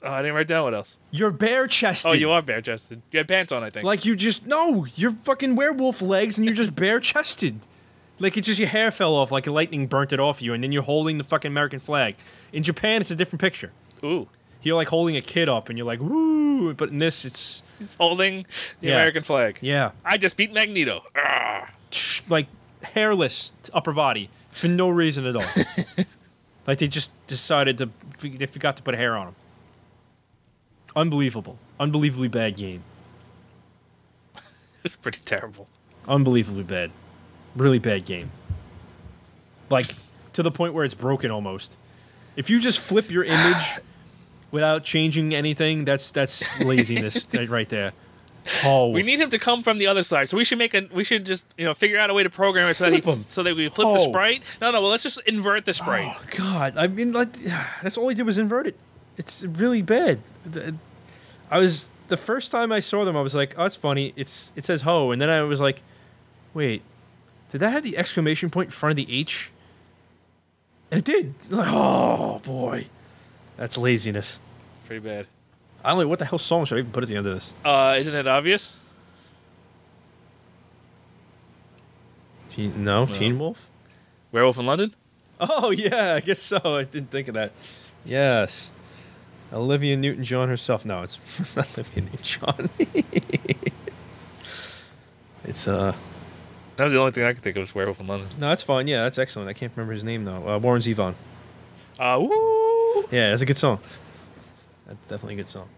[SPEAKER 1] Oh, I didn't write down what else.
[SPEAKER 2] You're bare chested.
[SPEAKER 1] Oh, you are bare chested. You had pants on, I think.
[SPEAKER 2] Like you just no, you're fucking werewolf legs, and you're just bare chested. Like it's just your hair fell off, like lightning burnt it off you, and then you're holding the fucking American flag. In Japan, it's a different picture.
[SPEAKER 1] Ooh,
[SPEAKER 2] You're like holding a kid up, and you're like woo. But in this, it's
[SPEAKER 1] he's holding the
[SPEAKER 2] Yeah.
[SPEAKER 1] American flag.
[SPEAKER 2] yeah,
[SPEAKER 1] I just beat Magneto. Ah, Arrgh.
[SPEAKER 2] tsh, like hairless t- upper body for no reason at all. like they just decided to they forgot to put hair on them. Unbelievable, unbelievably bad game.
[SPEAKER 1] It's pretty terrible.
[SPEAKER 2] unbelievably bad, really bad game. Like to the point where it's broken almost. If you just flip your image without changing anything, that's that's laziness right- right there. Oh,
[SPEAKER 1] We need him to come from the other side, so we should make a. We should just you know figure out a way to program it so that he,
[SPEAKER 2] Flip him.
[SPEAKER 1] so that we flip the
[SPEAKER 2] Oh.
[SPEAKER 1] sprite. No, no. Well, let's just invert the sprite.
[SPEAKER 2] oh God! I mean, like that's all he did was invert it. It's really bad. Th- I was the first time I saw them, I was like, "Oh, it's funny." It's it says "ho," and then I was like, "Wait, did that have the exclamation point in front of the H?" And it did. I was like, oh boy, that's laziness.
[SPEAKER 1] Pretty bad.
[SPEAKER 2] I don't know what the hell song should I even put at the end of this.
[SPEAKER 1] Uh, isn't it obvious?
[SPEAKER 2] Teen, no, Teen Wolf.
[SPEAKER 1] Werewolf in London.
[SPEAKER 2] Oh yeah, I guess so. I didn't think of that. Yes, Olivia Newton-John herself. No, it's not Olivia Newton-John. it's uh,
[SPEAKER 1] That was the only thing I could think of was Werewolf in London.
[SPEAKER 2] no, that's fine. Yeah, that's excellent. I can't remember his name though. Uh, Warren Zevon.
[SPEAKER 1] Uh, woo!
[SPEAKER 2] Yeah, that's a good song. That's definitely a good song.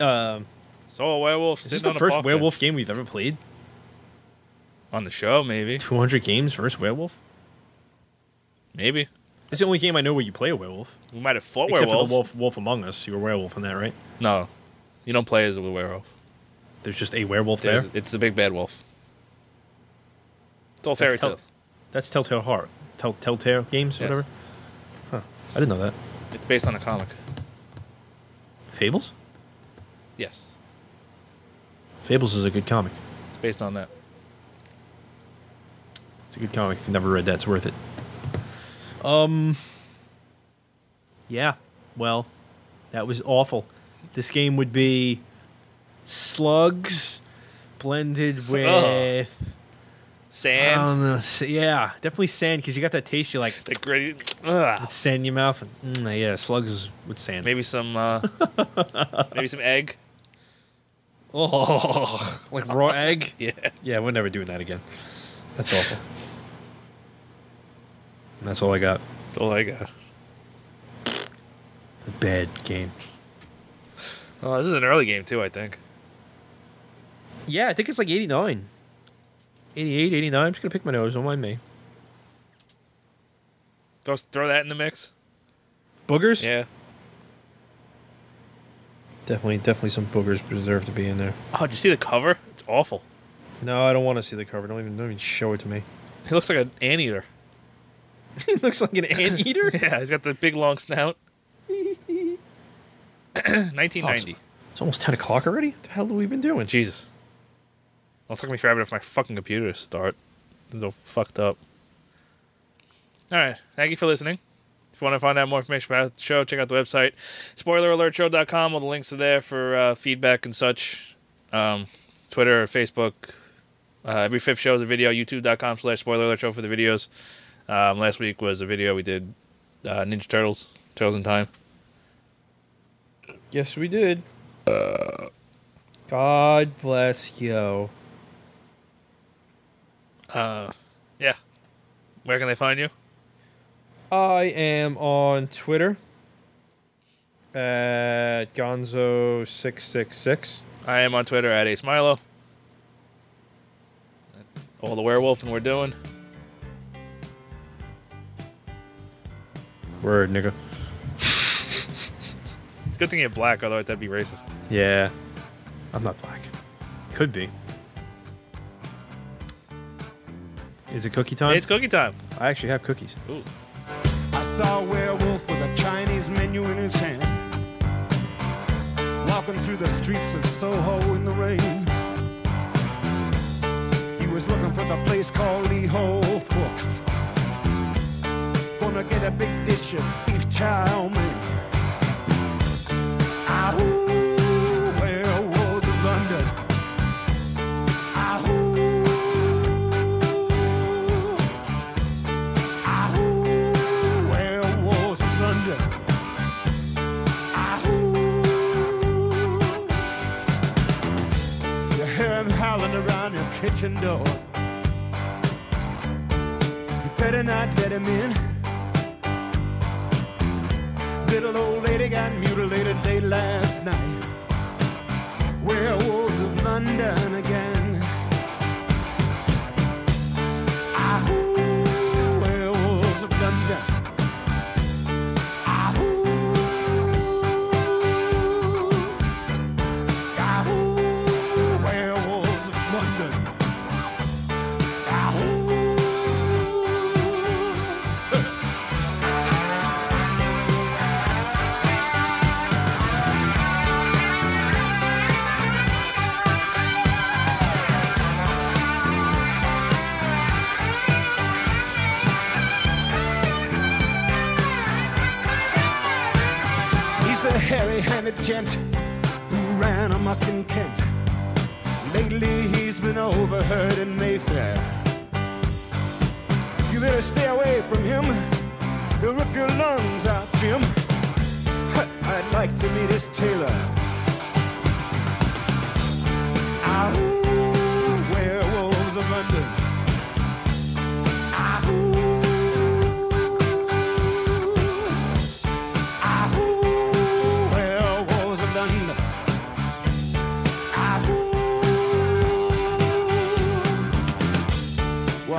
[SPEAKER 2] Um,
[SPEAKER 1] So a werewolf.
[SPEAKER 2] is
[SPEAKER 1] Sitting
[SPEAKER 2] this the
[SPEAKER 1] on a
[SPEAKER 2] first
[SPEAKER 1] park bench.
[SPEAKER 2] werewolf game we've ever played?
[SPEAKER 1] on the show? Maybe,
[SPEAKER 2] 200 games, first werewolf.
[SPEAKER 1] maybe
[SPEAKER 2] It's the only game I know where you play a werewolf,
[SPEAKER 1] we might have fought
[SPEAKER 2] except for
[SPEAKER 1] werewolf.
[SPEAKER 2] the Wolf Wolf Among Us. You were a werewolf in that, right?
[SPEAKER 1] No, you don't play as a werewolf.
[SPEAKER 2] There's just a werewolf
[SPEAKER 1] There's-
[SPEAKER 2] there.
[SPEAKER 1] It's the big bad wolf. It's all fairy
[SPEAKER 2] That's tell-
[SPEAKER 1] tales.
[SPEAKER 2] That's Telltale Heart. Tell Telltale Games,
[SPEAKER 1] Yes.
[SPEAKER 2] whatever. Huh. I didn't know that.
[SPEAKER 1] It's based on a comic.
[SPEAKER 2] Fables.
[SPEAKER 1] Yes,
[SPEAKER 2] Fables is a good comic.
[SPEAKER 1] it's based on that.
[SPEAKER 2] It's a good comic. If you've never read that, it's worth it. Um. Yeah. Well, that was awful. This game would be slugs blended with I
[SPEAKER 1] Sand.
[SPEAKER 2] don't know, s- yeah, definitely sand because you got that taste. You're like
[SPEAKER 1] the gritty. Ugh.
[SPEAKER 2] it's sand in your mouth. And, mm, yeah, slugs with sand.
[SPEAKER 1] Maybe some. Uh, maybe some egg.
[SPEAKER 2] Oh, like raw egg.
[SPEAKER 1] Yeah.
[SPEAKER 2] Yeah, we're never doing that again. That's awful. That's all I got.
[SPEAKER 1] Oh my god.
[SPEAKER 2] A bad game.
[SPEAKER 1] Oh, this is an early game too. I think.
[SPEAKER 2] Yeah, I think it's like 89. 88, 89. I'm just going to pick my nose. Don't mind me.
[SPEAKER 1] Throw throw that in the mix.
[SPEAKER 2] Boogers?
[SPEAKER 1] Yeah.
[SPEAKER 2] Definitely, definitely some boogers deserve to be in there.
[SPEAKER 1] Oh, did you see the cover? It's awful.
[SPEAKER 2] No, I don't want to see the cover. Don't even, don't even show it to me.
[SPEAKER 1] He looks like an anteater.
[SPEAKER 2] he looks like an anteater.
[SPEAKER 1] Yeah, he's got the big long snout. 1990.
[SPEAKER 2] It's almost 10 o'clock already? What the hell have we been doing?
[SPEAKER 1] Jesus. It'll take me forever if my fucking computer to start. It's all fucked up. All right. Thank you for listening. If you want to find out more information about the show, check out the website, spoileralertshow.com. All the links are there for uh, feedback and such. Um, Twitter, Facebook. Uh, every fifth show is a video. YouTube.com slash spoiler alert show for the videos. Um, last week was a video we did uh, Ninja Turtles, Turtles in Time.
[SPEAKER 2] Yes, we did. Uh. God bless you.
[SPEAKER 1] Uh, yeah. Where can they find you?
[SPEAKER 2] I am on Twitter at Gonzo666.
[SPEAKER 1] I am on Twitter at Ace Milo. That's all the werewolf and we're doing.
[SPEAKER 2] Word, nigga.
[SPEAKER 1] It's a good thing you're black, otherwise that'd be racist.
[SPEAKER 2] Yeah. I'm not black. Could be. Is it cookie time?
[SPEAKER 1] Hey, it's cookie time.
[SPEAKER 2] I actually have cookies.
[SPEAKER 1] Ooh.
[SPEAKER 4] I saw a werewolf with a Chinese menu in his hand. Walking through the streets of Soho in the rain. He was looking for the place called Lee Ho Fooks. Gonna get a big dish of beef chow mein. Ah, ooh, werewolves of London. Ah, ooh, Ahoo, werewolves of London. Ahoo. You hear 'em howling around your kitchen door. You better not let 'em in. Little old lady got mutilated late last night. Werewolves of London again. Ah, Ahoo, werewolves of London. Ahoo. Ahoo, werewolves of London. Ahoo. He's the hairy-handed gent who ran amok in Kent. Lately, he's been overheard in Mayfair. You better stay away from him. He'll rip your lungs out, Jim. Huh, I'd like to meet his tailor. Ahoo, werewolves of London. Ahoo. Ahoo, werewolves of London. Ahoo. Well,